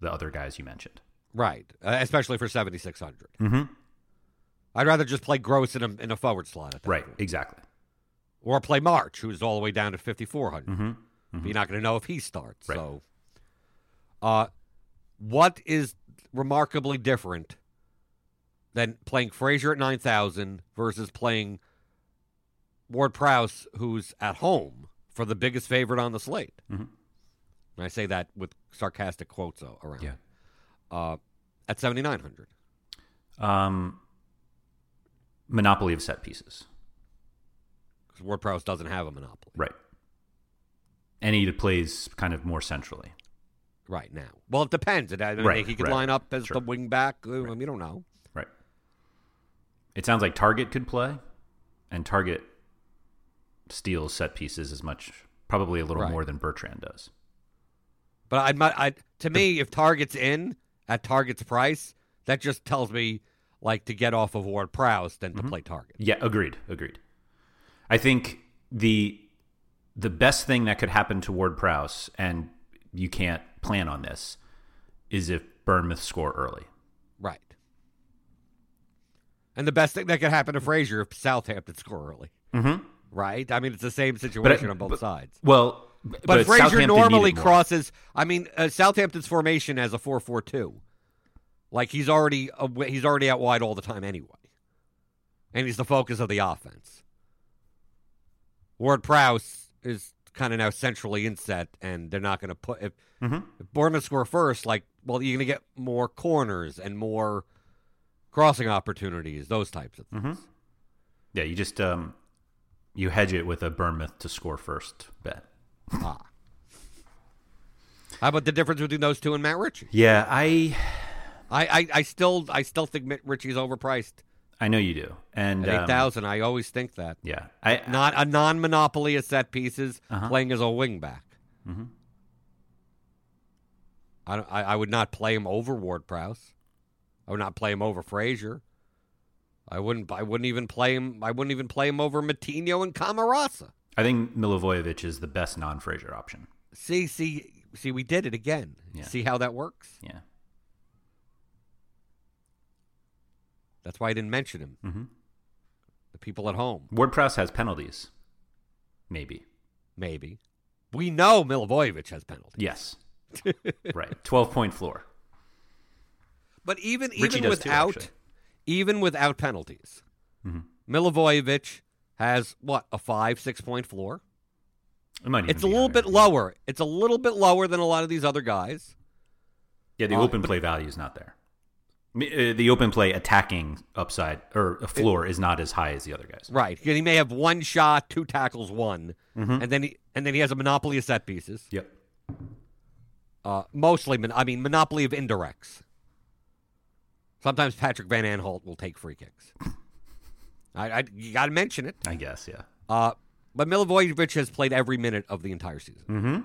B: the other guys you mentioned.
A: Right. Uh, especially for 7600.
B: Mm-hmm.
A: I'd rather just play Gross in a, in a forward slot. At that
B: Right.
A: point.
B: Exactly.
A: Or play March, who's all the way down to 5400.
B: Mm-hmm.
A: But you're not going to know if he starts.
B: Right.
A: So, uh, what is remarkably different than playing Frazier at 9,000 versus playing Ward Prowse, who's at home for the biggest favorite on the slate?
B: Mhm.
A: And I say that with sarcastic quotes uh, around.
B: Yeah.
A: Uh, at 7,900.
B: Um, monopoly of set pieces.
A: Because Ward Prowse doesn't have a monopoly.
B: Right. And and he plays kind of more centrally.
A: right now. Well, it depends. It, I mean,
B: Right,
A: he could
B: right.
A: line up as
B: Sure.
A: the wing back. I mean, you don't know.
B: Right. It sounds like Target could play, and Target steals set pieces as much, probably a little
A: Right.
B: more than Bertrand does.
A: But I, might- I, to me, if Target's in at Target's price, that just tells me like to get off of Ward Prowse than to play Target.
B: Yeah, agreed, agreed. I think the the best thing that could happen to Ward Prowse, and you can't plan on this, is if Bournemouth score early.
A: Right. And the best thing that could happen to Frazier if Southampton score early.
B: Mm-hmm.
A: Right. I mean, it's the same situation on both sides.
B: Well, b-
A: But, Frazier
B: Southampton
A: normally
B: needed more.
A: crosses. I mean, uh, Southampton's formation as a four-four-two. Like he's already aw- he's already out wide all the time anyway, and he's the focus of the offense. Ward Prowse is kind of now centrally inset, and they're not going to put if,
B: Mhm.
A: if Bournemouth score first. Like, well, you're going to get more corners and more crossing opportunities, those types of things.
B: Mhm. Yeah, you just um, you hedge it with a Bournemouth to score first bet.
A: Ah.
B: Mm-hmm.
A: How about the difference between those two and Matt Ritchie?
B: Yeah, I
A: I, I, I still I still think Mitt Ritchie's overpriced
B: I know you do, and
A: at
B: um,
A: eight thousand. I always think that.
B: Yeah, I
A: Not a non-monopoly of set pieces
B: Uh-huh.
A: playing as a wing back.
B: Mhm.
A: I, don't, I I would not play him over Ward Prowse. I would not play him over Frazier. I wouldn't. I wouldn't even play him. I wouldn't even play him over Matinho and Camarasa.
B: I think Milivojevic is the best non Fraser option.
A: See, see, see. We did it again.
B: Yeah.
A: See how that works.
B: Yeah.
A: That's why I didn't mention him.
B: Mm-hmm.
A: The people at home.
B: WordPress has penalties. Maybe.
A: Maybe. We know Milivojevic has penalties. <laughs>
B: Yes. right. 12 point floor.
A: But even
B: Richie
A: even
B: does too,
A: without
B: actually.
A: even without penalties,
B: Mhm.
A: Milivojevic has what, a five, six point floor?
B: It might even
A: It's a
B: be
A: little
B: higher.
A: bit lower. It's a little bit lower than a lot of these other guys.
B: Yeah, the
A: Uh,
B: open play value is not there. I mean, uh, The open play attacking upside or a floor is not as high as the other guys.
A: Right. And he may have one shot, two tackles, one.
B: Mhm.
A: And then he and then he has a monopoly of set pieces.
B: Yep.
A: Uh, mostly mon- I mean monopoly of indirects. Sometimes Patrick Van Anholt will take free kicks. I, I you gotta mention it.
B: I guess, yeah.
A: Uh, but Milivojevic has played every minute of the entire season.
B: Mm-hmm.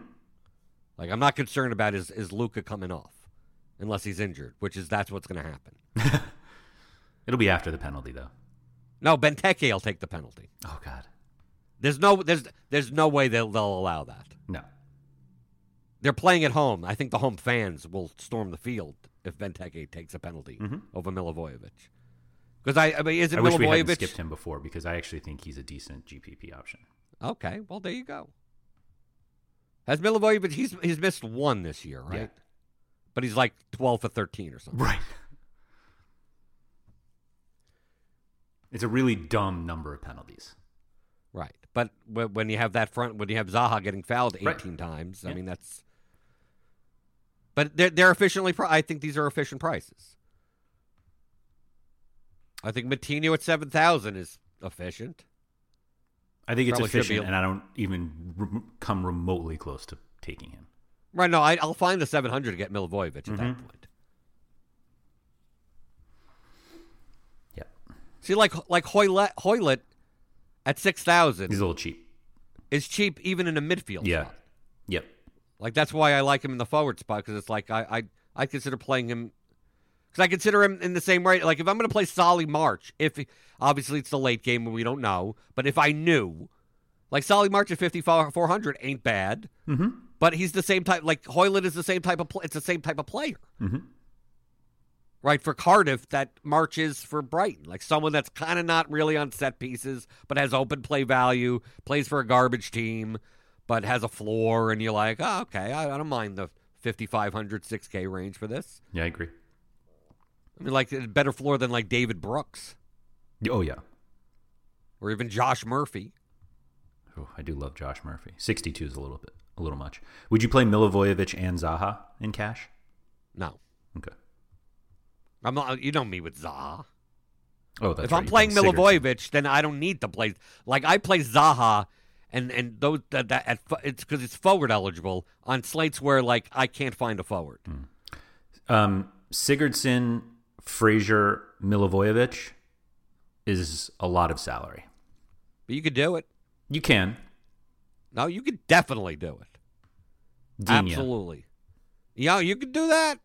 A: Like I'm not concerned about is is Luca coming off, unless he's injured, which is that's what's going to happen.
B: It'll be after the penalty, though.
A: No, Benteke will take the penalty.
B: Oh, God.
A: There's no there's there's no way they'll they'll allow that.
B: No.
A: They're playing at home. I think the home fans will storm the field if Benteke takes a penalty over Milivojevic. Because I, I mean, is it
B: Mm-hmm. I wish we hadn't
A: Milivojevic?
B: skipped him before because I actually think he's a decent GPP option.
A: Okay, well there you go. Has Milivojevic? He's he's missed one this year,
B: Yeah.
A: right? But he's like twelve for thirteen or something.
B: Right. <laughs> It's a really dumb number of penalties.
A: Right. But wh- when you have that front, when you have Zaha getting fouled 18
B: Right.
A: times, I
B: Yeah.
A: mean, that's. But they're, they're efficiently. Pri- I think these are efficient prices. I think Matinho at 7,000 is efficient.
B: I think it's
A: Probably should be
B: efficient,
A: a-
B: and I don't even re- come remotely close to taking him.
A: Right. No, I, I'll find the 700 to get Milivojevic at that
B: Mhm.
A: point.
B: Yeah,
A: See, like like Hoylet, Hoylet at 6,000
B: he's a little cheap.
A: is cheap even in a midfield.
B: Yeah,
A: spot.
B: yep.
A: Like that's why I like him in the forward spot because it's like I I I consider playing him because I consider him in the same way. Like if I'm going to play Solly March, if obviously it's the late game and we don't know, but if I knew, like Solly March at 5400 ain't bad,
B: Mm-hmm.
A: but he's the same type. Like Hoyland is the same type of pl- it's the same type of player,
B: Mm-hmm.
A: right? For Cardiff, that March is for Brighton, like someone that's kind of not really on set pieces, but has open play value, plays for a garbage team, but has a floor, and you're like, oh, okay, I, I don't mind the 5500 6K range for this.
B: Yeah, I agree.
A: I mean, like a better floor than like David Brooks
B: Y- Oh yeah.
A: or even Josh Murphy.
B: Oh, I do love Josh Murphy. Sixty-two is a little bit, a little much. Would you play Milivojevic and Zaha in cash?
A: No,
B: Okay.
A: I'm not. You know me with Zaha.
B: Oh, that's
A: if
B: right.
A: I'm
B: you
A: playing
B: played Sigurdsson.
A: Milivojevic, then I don't need to play. Like I play Zaha and and those that, that at, fo- it's because it's forward eligible on slates where like I can't find a forward.
B: Um, Sigurdsson, Frazier, Milivojevic is a lot of salary.
A: But you could do it.
B: You can.
A: No, you could definitely do it.
B: Digne.
A: Absolutely. Yeah, you could do that.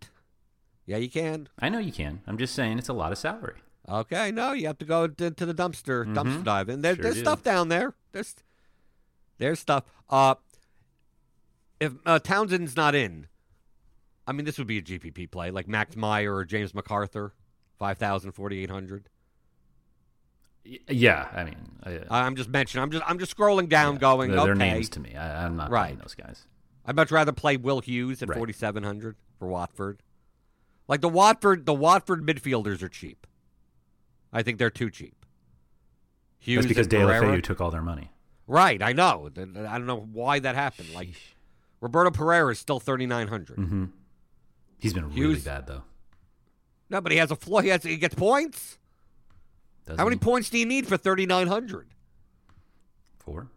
A: Yeah, you can.
B: I know you can. I'm just saying it's a lot of salary.
A: Okay, no, you have to go to, to the dumpster,
B: Mhm.
A: dumpster dive, and there,
B: Sure
A: there's
B: do.
A: stuff down there. There's there's stuff. Uh, if uh, Townsend's not in, I mean, this would be a GPP play, like Max Meyer or James MacArthur, 5,000, 4,800.
B: Y- Yeah, I mean, I,
A: I- I'm just mentioning. I'm just I'm just scrolling down, going.
B: they're,
A: okay,
B: they're names to me. I, I'm not playing
A: Right.
B: those guys.
A: I'd much rather play Will Hughes at
B: Right.
A: 4,700 for Watford. Like the Watford, the Watford midfielders are cheap. I think they're too cheap. Hughes
B: That's because
A: and
B: De La
A: Pereira-
B: Feu took all their money.
A: Right, I know. Th- th- I don't know why that happened. Like Roberto Pereira is still 3900.
B: hmm He's been really
A: Hughes-
B: bad though.
A: No, but he has a floor. He has he gets points.
B: Doesn't
A: How many
B: he?
A: points do you need for 3900?
B: Four.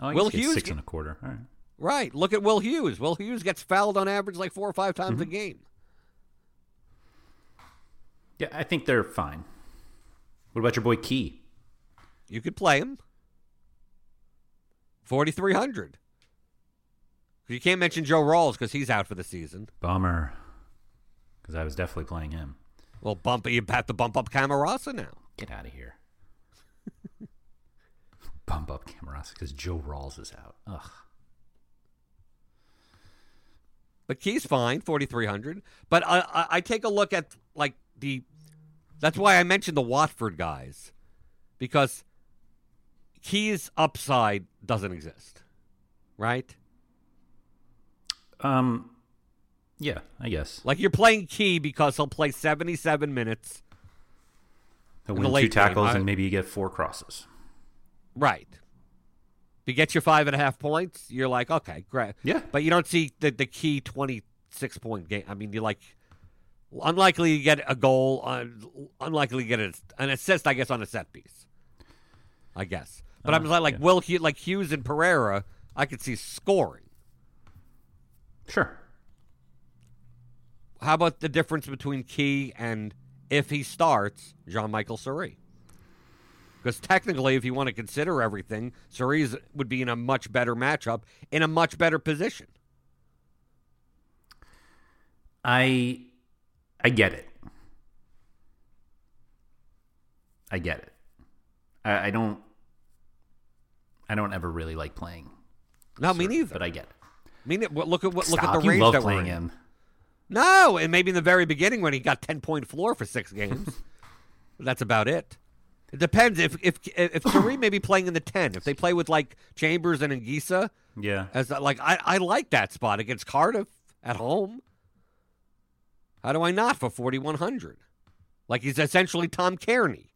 B: Oh,
A: Will
B: Will Hughes
A: Hughes
B: six
A: get-
B: and a quarter. All right.
A: Right. Look at Will Hughes. Will Hughes gets fouled on average like 4 or 5
B: Mm-hmm.
A: times a game.
B: Yeah, I think they're fine. What about your boy Key?
A: You could play him. 4300. You can't mention Joe Rawls because he's out for the season.
B: Bummer, because I was definitely playing him.
A: Well, bump you have to bump up Camarasa now.
B: Get out of here. <laughs> Bump up Camarasa because Joe Rawls is out. Ugh.
A: But Key's fine, forty three hundred. But I, I I take a look at like the. That's why I mentioned the Watford guys, because Key's upside doesn't exist, right?
B: Um. Yeah, I guess.
A: Like you're playing Key because he'll play seventy seven minutes,
B: He'll
A: in the
B: win
A: late
B: two
A: game,
B: tackles
A: I-
B: and maybe you get four crosses.
A: right? To get your five and a half points, you're like, okay, great.
B: Yeah.
A: But you don't see the the Key twenty six point game. I mean, you're like. Unlikely to get a goal, un- unlikely to get a, an assist, I guess, on a set piece. I guess. But I'm
B: Uh,
A: like, like
B: yeah.
A: Will, Hu- like Hughes and Pereira, I could see scoring.
B: Sure.
A: How about the difference between Key and if he starts Jean Michael Suri? Because technically, if you want to consider everything, Suri would be in a much better matchup in a much better position.
B: I I get it. I get it. I, I don't I don't ever really like playing.
A: No, me
B: Suri,
A: neither.
B: But I get it.
A: I mean, it- well, look at what look
B: Stop,
A: at the
B: you
A: range
B: love
A: that
B: playing
A: we're in.
B: him.
A: No, and maybe in the very beginning when he got ten point floor for six games. <laughs> That's about it. It depends if if if Suri may be playing in the ten. If they play with like Chambers and Angisa,
B: Yeah.
A: as like I, I like that spot against Cardiff at home. How do I not for forty one hundred? Like he's essentially Tom Kearney,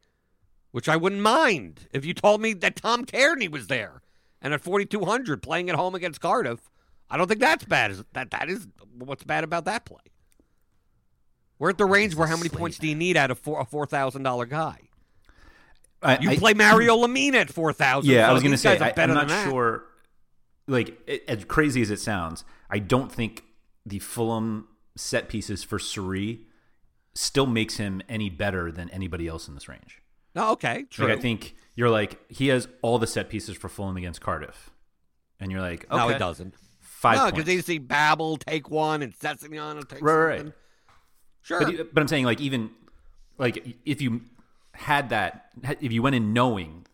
A: which I wouldn't mind if you told me that Tom Kearney was there and at forty two hundred playing at home against Cardiff. I don't think that's bad. Is- That that is what's bad about that play. We're at the range where how many points do you need out of four, a four thousand dollar guy?
B: I,
A: You
B: I-
A: play Mario Lamina at four thousand.
B: Yeah, I was
A: going to
B: say
A: are
B: I,
A: better
B: am
A: than
B: not
A: that.
B: sure like a- as crazy as it sounds, I don't think the Fulham set pieces for Suri still makes him any better than anybody else in this range.
A: No, okay, true.
B: Like I think you're like he has all the set pieces for Fulham against Cardiff, and you're like, okay,
A: No, he doesn't.
B: Five
A: no,
B: points.
A: because they see Babel take one and Sessignon will take
B: Right, right,
A: something.
B: right.
A: Sure.
B: But, you- but I'm saying like even like if you had that, if you went in knowing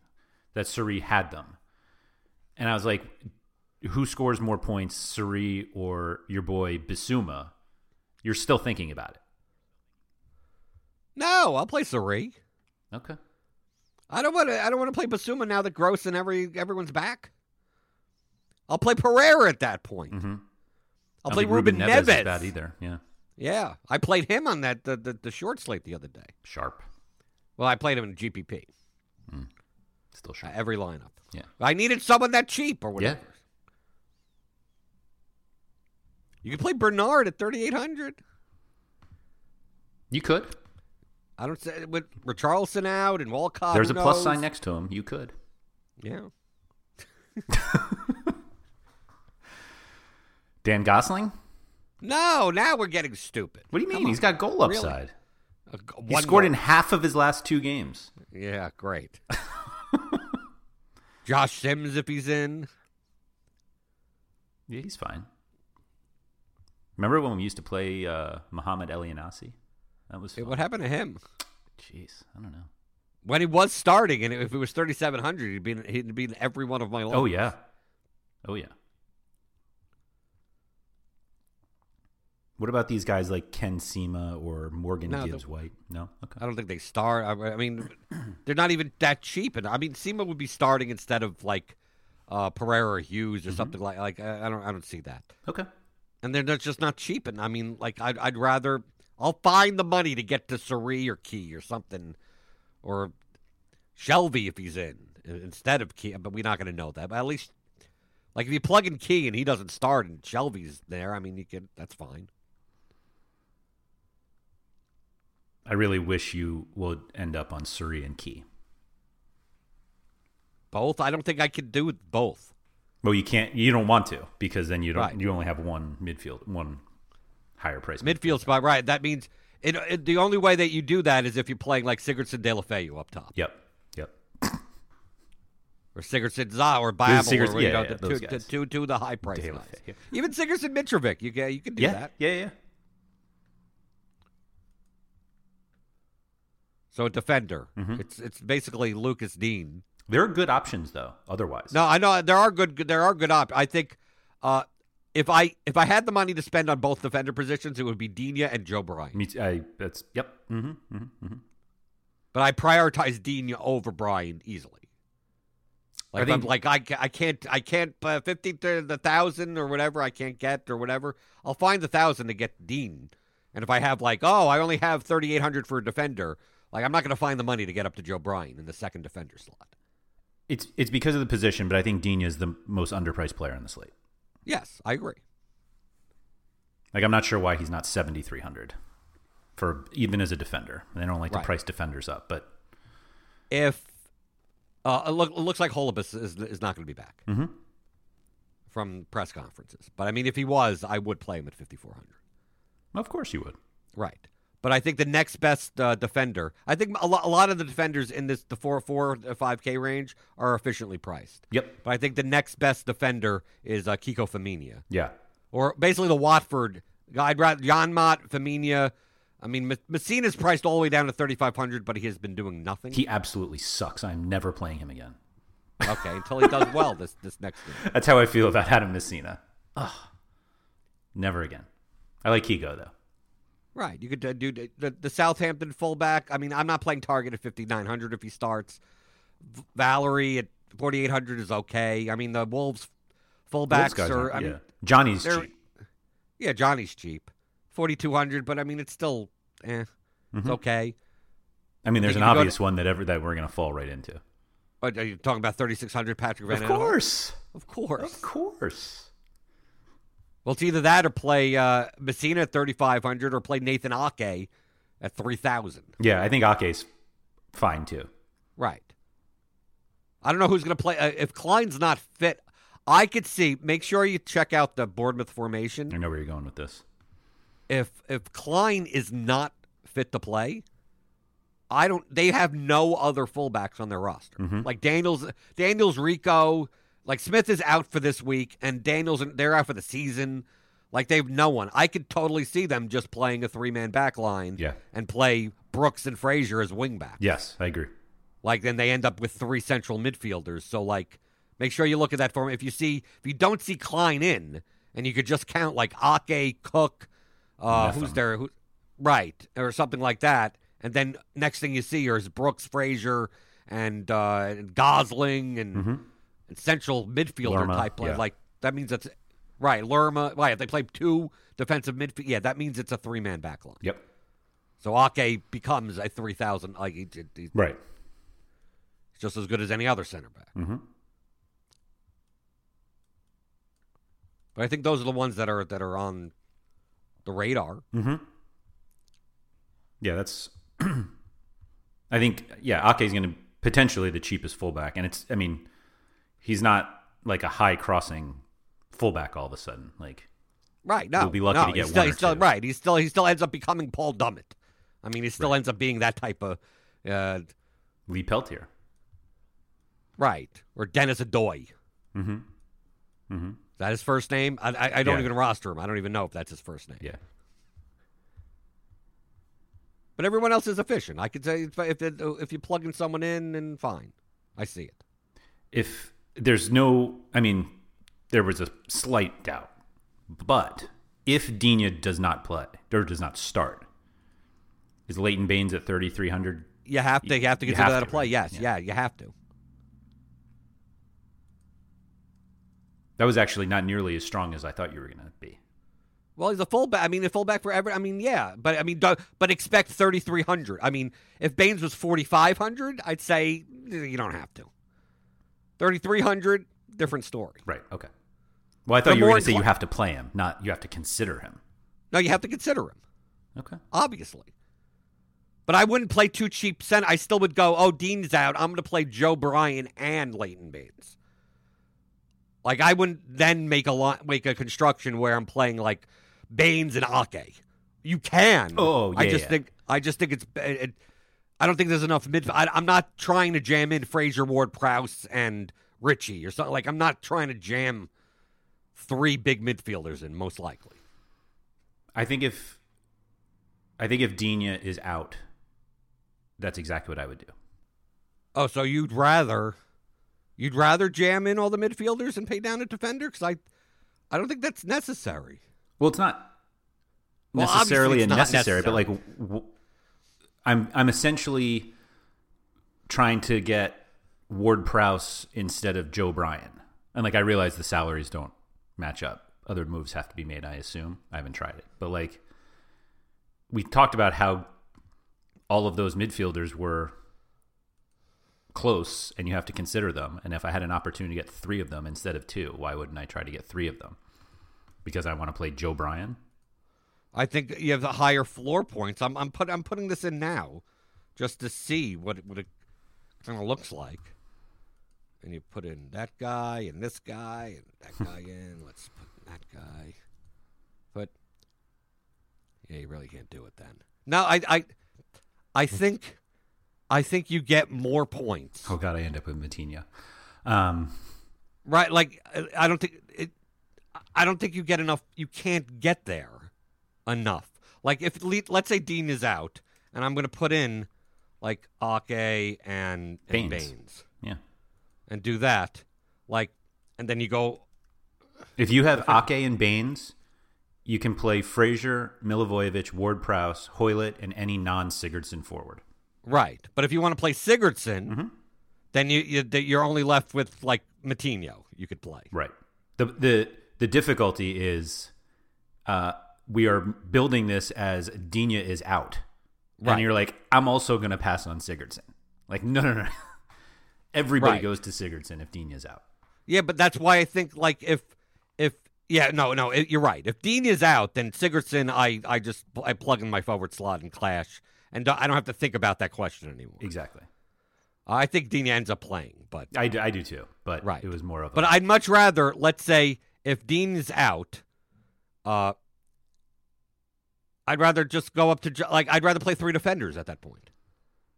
B: that Suri had them, and I was like, who scores more points, Suri or your boy Basuma? You're still thinking about it.
A: no, I'll play Suri.
B: Okay.
A: I don't want to. I don't want to play Basuma now that Gross and every everyone's back. I'll play Pereira at that point.
B: Mm-hmm.
A: I'll play Ruben Neves.
B: Is bad either. Yeah.
A: Yeah, I played him on that the, the the short slate the other day.
B: Sharp.
A: Well, I played him in GPP
B: Still
A: uh,
B: sharp.
A: every lineup.
B: Yeah.
A: I needed someone that cheap or
B: Yeah.
A: whatever. You can play Bernard at thirty eight hundred.
B: You could.
A: I don't say with Richarlison out and Walcott.
B: There's
A: who
B: a plus
A: knows?
B: sign next to him. You could.
A: Yeah.
B: Dan Gosling?
A: No, now we're getting stupid.
B: What do you mean? He's got goal
A: Really?
B: upside.
A: A g-
B: He
A: one
B: scored in
A: goal.
B: half of his last two games.
A: Yeah,
B: <laughs>
A: great. Josh Sims, if he's in.
B: Yeah, he's fine. Remember when we used to play uh, Muhammad Elianasi? That was
A: Hey,
B: fun.
A: what happened to him?
B: Jeez, I don't know.
A: When he was starting, and if it was 3,700, he'd be, in, he'd be in every one of my lines.
B: Oh yeah, oh yeah. What about these guys like Ken Sema or Morgan
A: No,
B: Gibbs
A: the-
B: White? No, okay.
A: I don't think they start. I, I mean, they're not even that cheap. And I mean, Sema would be starting instead of like uh, Pereira or Hughes
B: Mm-hmm.
A: or something like like I, I don't I don't see that.
B: Okay,
A: And they're not, just not cheap. And I mean, like I'd, I'd rather I'll find the money to get to Suri or Key or something, or Shelby if he's in i- instead of Key. But we're not going to know that. But at least like if you plug in Key and he doesn't start and Shelby's there, I mean, you can that's fine.
B: I really wish you would end up on Surrey and Key.
A: Both. I don't think I can do both.
B: Well, you can't. You don't want to because then you don't.
A: Right.
B: You only have one midfield, one higher price
A: midfield spot, right? That means it, it, the only way that you do that is if you're playing like Sigurdsson De La Feu up top,
B: Yep, yep.
A: or Sigurdsson Za, or Babel,
B: Sigurds-
A: or you
B: yeah,
A: know,
B: yeah,
A: the,
B: those
A: two, the
B: guys.
A: two, two, the high price
B: De La
A: guys.
B: Feu.
A: Even Sigurdsson Mitrovic, you can you can do
B: yeah,
A: that.
B: yeah, yeah.
A: So a defender,
B: Mm-hmm.
A: it's it's basically Lucas Dean.
B: There are good options though. Otherwise,
A: No, I know there are good there are good options. I think uh, if I if I had the money to spend on both defender positions, it would be Dina and Joe Bryan.
B: Me, t- I. That's yep. Mm-hmm, mm-hmm, mm-hmm.
A: But I prioritize Dina over Bryan easily.
B: I
A: Like, I
B: think-
A: am like I, ca- I can't I can't uh, fifty to the thousand or whatever I can't get or whatever I'll find the thousand to get Dean, and if I have like oh I only have thirty eight hundred for a defender like I'm not going to find the money to get up to Joe Bryan in the second defender slot.
B: It's it's because of the position, but I think Dina is the most underpriced player on the slate.
A: Yes, I agree.
B: Like I'm not sure why he's not 7300 for even as a defender. They don't like to
A: Right.
B: price defenders up, but
A: If uh, it, look, it looks like Holubus is is not going to be back
B: Mhm.
A: from press conferences, but I mean if he was I would play him at fifty four hundred.
B: of course you would.
A: Right. But I think the next best uh, defender, I think a lot, a lot of the defenders in this the four four to five k range are efficiently priced.
B: Yep.
A: But I think the next best defender is uh, Kiko Femenia,
B: Yeah.
A: or basically the Watford. I'd rather Jan Mott, Femenia. I mean, M- Messina's priced all the way down to thirty five hundred, but he has been doing nothing.
B: He absolutely sucks. I'm never playing him again.
A: okay, until he does well this this next year.
B: That's how I feel about Adam Messina. Ugh. Never again. I like Kigo though.
A: Right. You could uh, do the, the- the Southampton fullback. I mean, I'm not playing target at 5,900 if he starts. V- Valerie at 4,800 is okay. I mean, the Wolves
B: Wolves
A: fullbacks
B: guys
A: are.
B: aren't-
A: I
B: yeah.
A: mean,
B: Johnny's
A: they're-
B: cheap.
A: yeah, Johnny's cheap. 4,200, but I mean, it's still, eh,
B: Mm-hmm.
A: it's okay.
B: I mean, there's
A: you
B: an
A: can go to-
B: obvious one that ever that we're gonna fall right into.
A: But Oh, are you talking about 3,600 Patrick Van
B: Of
A: Aanholt?
B: course.
A: Of course.
B: Of course.
A: Well, it's either that or play uh, Messina at 3,500 or play Nathan Ake at 3,000.
B: Yeah, I think Ake's fine too.
A: Right. I don't know who's going to play. Uh, if Klein's not fit, I could see. Make sure you check out the Bournemouth
B: I
A: formation.
B: know where you're going with this.
A: If if Klein is not fit to play, I don't. They have no other fullbacks on their roster. Like Daniels, Daniels, Rico, like Smith is out for this week, and Daniels they're out for the season. Like they've no one. I could totally see them just playing a three man back line
B: Yeah.
A: and play Brooks and Frazier as wing backs.
B: Yes, I agree.
A: Like then they end up with three central midfielders. So like make sure you look at that form. If you see if you don't see Klein in, and you could just count like Ake, Cook, uh, who's
B: Neffem.
A: there who right, or something like that, and then next thing you see is Brooks, Frazier, and uh and Gosling and, and central midfielder
B: Mm-hmm. Lerma,
A: type play.
B: yeah.
A: Like that means that's right, Lerma right, if they play two defensive midfield yeah, that means it's a three man back line.
B: Yep.
A: So Ake becomes a three thousand like he, he,
B: Right.
A: just as good as any other center back.
B: Mm-hmm.
A: But I think those are the ones that are that are on the radar.
B: Mm-hmm. Yeah, that's. <clears throat> I think yeah, Ake's going to potentially the cheapest fullback, and it's. I mean, he's not like a high crossing fullback all of a sudden. Like
A: Right. No.
B: We'll be lucky
A: no,
B: to get
A: he's still,
B: one or
A: he's still,
B: two.
A: Right. He still he still ends up becoming Paul Dummett. I mean, he still ends up being that type of uh,
B: Lee Peltier.
A: right or Dennis Adoy.
B: Mm-hmm. Mm-hmm.
A: Is that his first name? I, I, I don't
B: Yeah.
A: even roster him. I don't even know if that's his first name.
B: Yeah.
A: But everyone else is efficient. I could say if if, if you plug in someone in, then fine. I see it.
B: if there's no i mean there was a slight doubt but if dina does not play or does not start is leighton baines at 3300
A: You have to you have to
B: You
A: consider
B: have
A: that a
B: to,
A: play.
B: right?
A: Yes. Yeah.
B: Yeah.
A: You have to.
B: that was actually not nearly as strong as i thought you were going to be
A: Well, he's a fullback. I mean, a fullback forever. I mean, yeah, but I mean, do, but expect thirty three hundred. I mean, if Baines was forty five hundred, I'd say eh, you don't have to. Thirty three hundred, different story.
B: right okay well i thought
A: The
B: you were
A: more
B: going to say
A: incli-
B: you have to play him not you have to consider him
A: No, you have to consider him,
B: okay
A: obviously. But I wouldn't play two cheap center. I still would go. Oh, Dean's out. I'm going to play Joe Bryan and Leighton Baines. Like I wouldn't then make a lot, make a construction where I'm playing like Baines and Ake. You can.
B: Oh,
A: I
B: yeah,
A: just
B: yeah.
A: think I just think it's. uh, It, I don't think there's enough mid. I, I'm not trying to jam in Fraser Ward Prowse and Richie or something. Like I'm not trying to jam three big midfielders in. Most likely,
B: i think if i think if dina is out that's exactly what i would do
A: Oh, so you'd rather you'd rather jam in all the midfielders and pay down a defender? Because I, I don't think that's necessary.
B: Well, it's not
A: Well, obviously
B: necessarily
A: it's not
B: unnecessary, but like,
A: necessary.
B: w- I'm I'm essentially trying to get Ward Prowse instead of Joe Bryan, and like I realize the salaries don't match up. Other moves have to be made, I assume. I haven't tried it, but like we talked about how all of those midfielders were close and you have to consider them and if i had an opportunity to get three of them instead of two why wouldn't i try to get three of them because i want to play joe bryan
A: I think you have the higher floor points. I'm I'm put I'm putting this in now, just to see what it, what it kind of looks like. And you put in that guy and this guy and that guy in. Let's put that guy. But yeah, you really can't do it then. No, I I I think I think you get more points.
B: Oh god, I end up with Matinha. Um,
A: Right, like I- I don't think it. I don't think you get enough. You can't get there enough. Like if le- let's say Dean is out, and I'm going to put in like Ake and, and
B: Baines.
A: Baines.
B: yeah.
A: and do that. Like, and then you go
B: If you have Ake and Baines, you can play Frazier, Milivojevic, Ward Prowse, Hoylett, and any non Sigurdsson forward.
A: right. But if you want to play Sigurdsson,
B: Mhm.
A: then you, you that you're only left with like Matinho. You could play.
B: Right. The the the difficulty is uh, we are building this as Dina is out.
A: Right.
B: And you're like, I'm also gonna pass on Sigurdsson. Like, no no <laughs> no. Everybody
A: Right.
B: goes to Sigurdsson if Dina's out.
A: Yeah, but that's why I think like if if yeah no no it, you're right. If Dean is out, then Sigurdsson I I just pl- I plug in my forward slot and clash, and do- I don't have to think about that question anymore.
B: Exactly.
A: I think Dean ends up playing, but
B: I, do- I do too, but
A: Right.
B: it was more of a
A: but I'd much rather let's say if Dean is out, uh, I'd rather just go up to ju- like I'd rather play three defenders at that point.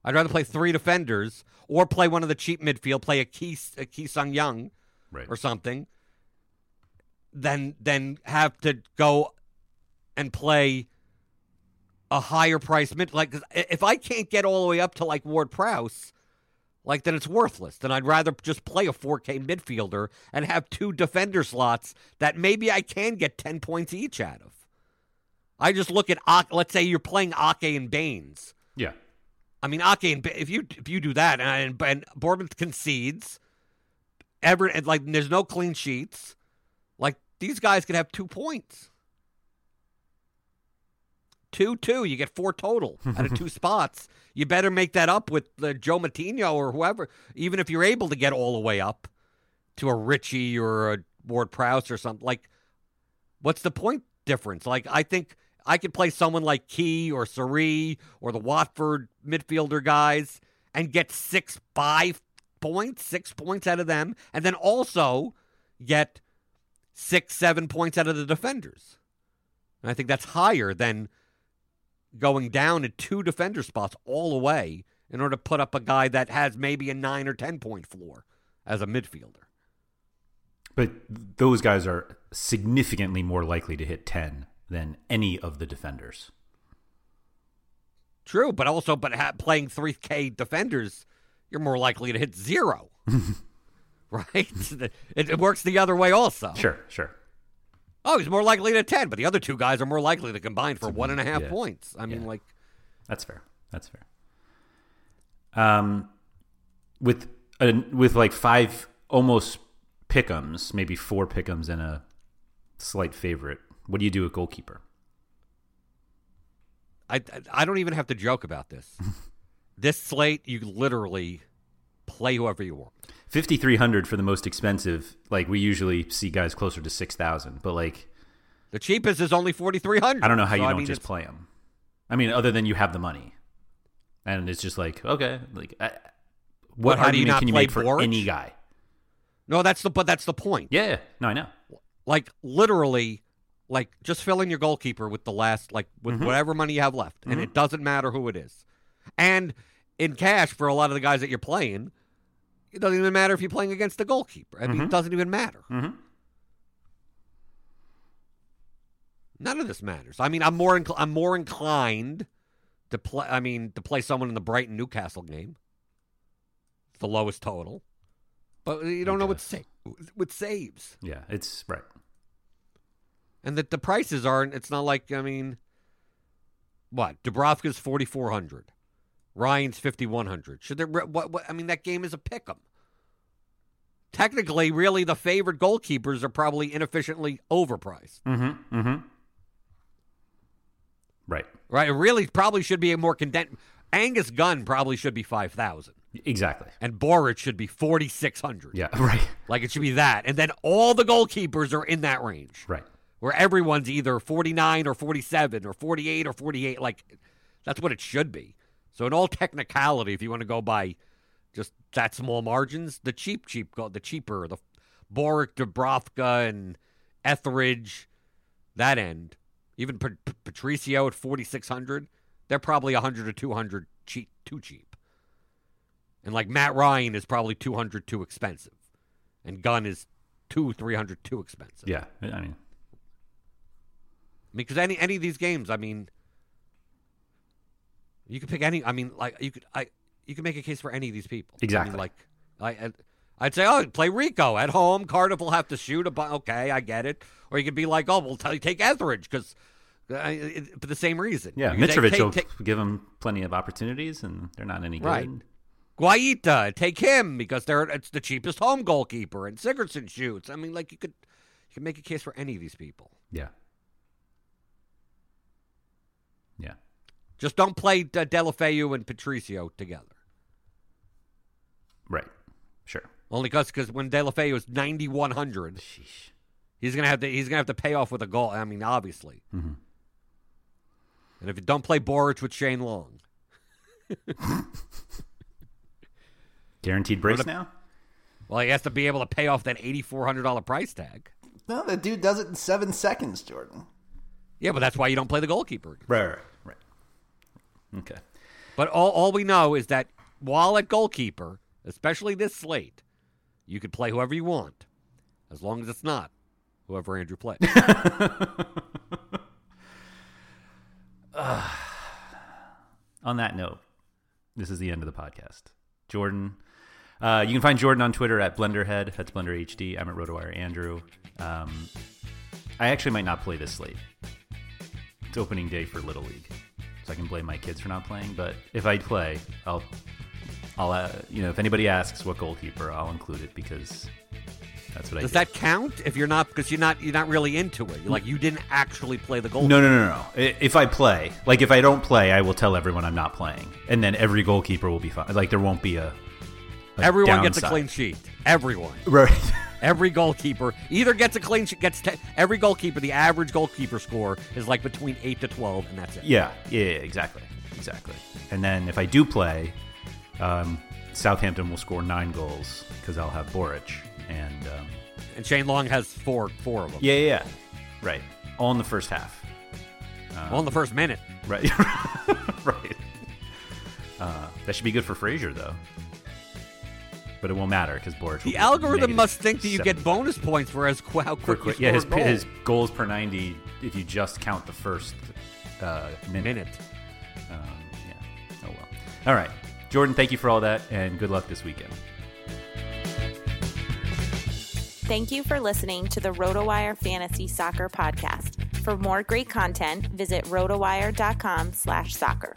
A: I'd rather play three defenders or play one of the cheap midfield, play a Key a Key Sung Young.
B: right.
A: or something, then then have to go and play a higher price mid. Like 'cause i- if I can't get all the way up to like Ward Prowse, like then it's worthless. Then I'd rather just play a 4K midfielder and have two defender slots that maybe I can get 10 points each out of. I just look at Ak- let's say you're playing Ake and Baines.
B: Yeah.
A: I mean, Ake, and Ba- if you if you do that and and Bournemouth concedes, ever and like there's no clean sheets, like these guys could have two points, two two. You get four total out of two spots. You better make that up with uh, Joe Matinho or whoever, even if you're able to get all the way up to a Richie or a Ward Prowse or something. Like, what's the point difference? Like, I think I could play someone like Key or Sari or the Watford midfielder guys and get six, five points, six points out of them. And then also yet six, seven points out of the defenders. And I think that's higher than going down at two defender spots all the way in order to put up a guy that has maybe a nine or 10 point floor as a midfielder.
B: But those guys are significantly more likely to hit 10 than any of the defenders.
A: True, but also, but ha- playing 3K defenders, you're more likely to hit
B: <laughs>
A: zero. <laughs> right? it, it works the other way also.
B: Sure, sure.
A: Oh, he's more likely to 10, but the other two guys are more likely to combine for one and a half
B: yeah.
A: points. I mean,
B: Yeah.
A: like,
B: That's fair. That's fair. Um, with uh, with like five almost pickums, maybe four pickums and a slight favorite. What do you do with goalkeeper?
A: I, I- I don't even have to joke about
B: <laughs>
A: this. this slate, you literally play whoever you want.
B: Fifty three hundred for the most expensive. Like we usually see guys closer to six thousand, but like
A: The cheapest is only 4,300.
B: I don't know how
A: So,
B: you
A: I
B: don't
A: mean,
B: just
A: it's-
B: play them. I mean, other than you have the money, and it's just like okay, like I, what
A: how do you
B: argument
A: not
B: can you
A: play
B: make for
A: Boric?
B: any guy?
A: No, that's the but that's the point.
B: Yeah, yeah. no, I know.
A: Like literally, like just fill in your goalkeeper with the last like with whatever money you have left, and it doesn't matter who it is. And in cash for a lot of the guys that you're playing, it doesn't even matter if you're playing against the goalkeeper. I mean, it doesn't even matter.
B: Mhm.
A: None of this matters. I mean, I'm more incl- I'm more inclined to play. I mean, to play someone in the Brighton Newcastle game. It's the lowest total, but you don't know what sa- what saves
B: Yeah, it's right.
A: and that the prices aren't. It's not like I mean, what Dubrovka's forty four hundred, Ryan's fifty one hundred. Should there? What, what? I mean, that game is a pick 'em. Technically, really, the favored goalkeepers are probably inefficiently overpriced,
B: Mm-hmm. Mm-hmm. Right.
A: right? It really probably should be a more condensed. Angus Gunn probably should be five thousand,
B: Exactly.
A: and Boric should be forty six hundred.
B: Yeah. <laughs> Right.
A: like it should be that, and then all the goalkeepers are in that range.
B: Right.
A: where everyone's either 49 or 47 or 48 or 48 like that's what it should be so in all technicality if you want to go by just that small margins the cheap cheap go the cheaper the Boric Dubrovka and Etheridge that end even Pat- Pat- Patricio at 4600 they're probably 100 or 200 cheap too cheap and like Matt Ryan is probably 200 too expensive and Gunn is 2 300 too expensive
B: Yeah. I mean,
A: because any any of these games, I mean, you could pick any. I mean, like you could I you could make a case for any of these people. I mean,
B: Exactly.
A: like I. I I'd say, oh, play Rico at home. Cardiff will have to shoot a bu- Okay, I get it. Or you could be like, oh, we'll t- take Etheridge because for the same reason.
B: yeah.
A: You could say,
B: Mitrovic
A: take-
B: will
A: take-
B: give him plenty of opportunities, and they're not any good.
A: Right. Guaita, take him because they're it's the cheapest home goalkeeper, and Sigurdsson shoots. I mean, like you could you could make a case for any of these people.
B: Yeah. Yeah.
A: Just don't play uh, Delafeu and Patricio together.
B: Right. Sure.
A: Only because when De La Feu is ninety one hundred,
B: Sheesh.
A: he's gonna have to he's gonna have to pay off with a goal. I mean, obviously.
B: Mm-hmm.
A: And if you don't play Boric with Shane Long,
B: Guaranteed brace now.
A: well, he has to be able to pay off that eighty four hundred dollar price tag.
D: No, that dude does it in seven seconds, Jordan.
A: Yeah, but that's why you don't play the goalkeeper.
B: Right. Right. Right. right. Okay.
A: But all all we know is that while at goalkeeper, especially this slate, you could play whoever you want, as long as it's not whoever Andrew
B: <laughs>
A: plays.
B: on that note, this is the end of the podcast. Jordan, uh, you can find Jordan on Twitter at Blenderhead. That's BlenderHD. I'm at RotoWire Andrew. Um, I actually might not play this slate. It's opening day for Little League, so I can blame my kids for not playing. But if I play, I'll, I'll, uh, you know, if anybody asks what goalkeeper, I'll include it because that's what I
A: Does
B: do.
A: that count if you're not because you're not you're not really into it? You're like you didn't actually play the goalkeeper.
B: No, no, no, no. I- If I play, like if I don't play, I will tell everyone I'm not playing, and then every goalkeeper will be fine. Like there won't be a. a
A: Everyone gets a
B: downside.
A: clean sheet. Everyone.
B: Right. <laughs>
A: Every goalkeeper either gets a clean sheet, gets te- every goalkeeper. The average goalkeeper score is like between eight to twelve, and that's it.
B: yeah, yeah. Yeah. Exactly. Exactly. And then if I do play, um, Southampton will score nine goals because I'll have Boric, and um,
A: And Shane Long has four four of them.
B: Yeah, yeah, yeah. Right. All in the first half. <laughs>
A: Well, in the first minute.
B: Right. right. Uh, that should be good for Frazier, though. But it won't matter because Boric. will
A: The
B: be
A: algorithm
B: negative
A: must think that you get
B: 75.
A: bonus points, whereas qu- how quick you
B: Yeah, his,
A: score a goal.
B: his goals per 90, if you just count the first uh, minute.
A: minute.
B: Um, yeah. Oh, well. All right. Jordan, thank you for all that, and good luck this weekend.
C: Thank you for listening to the RotoWire Fantasy Soccer Podcast. For more great content, visit rotowire.com slash soccer.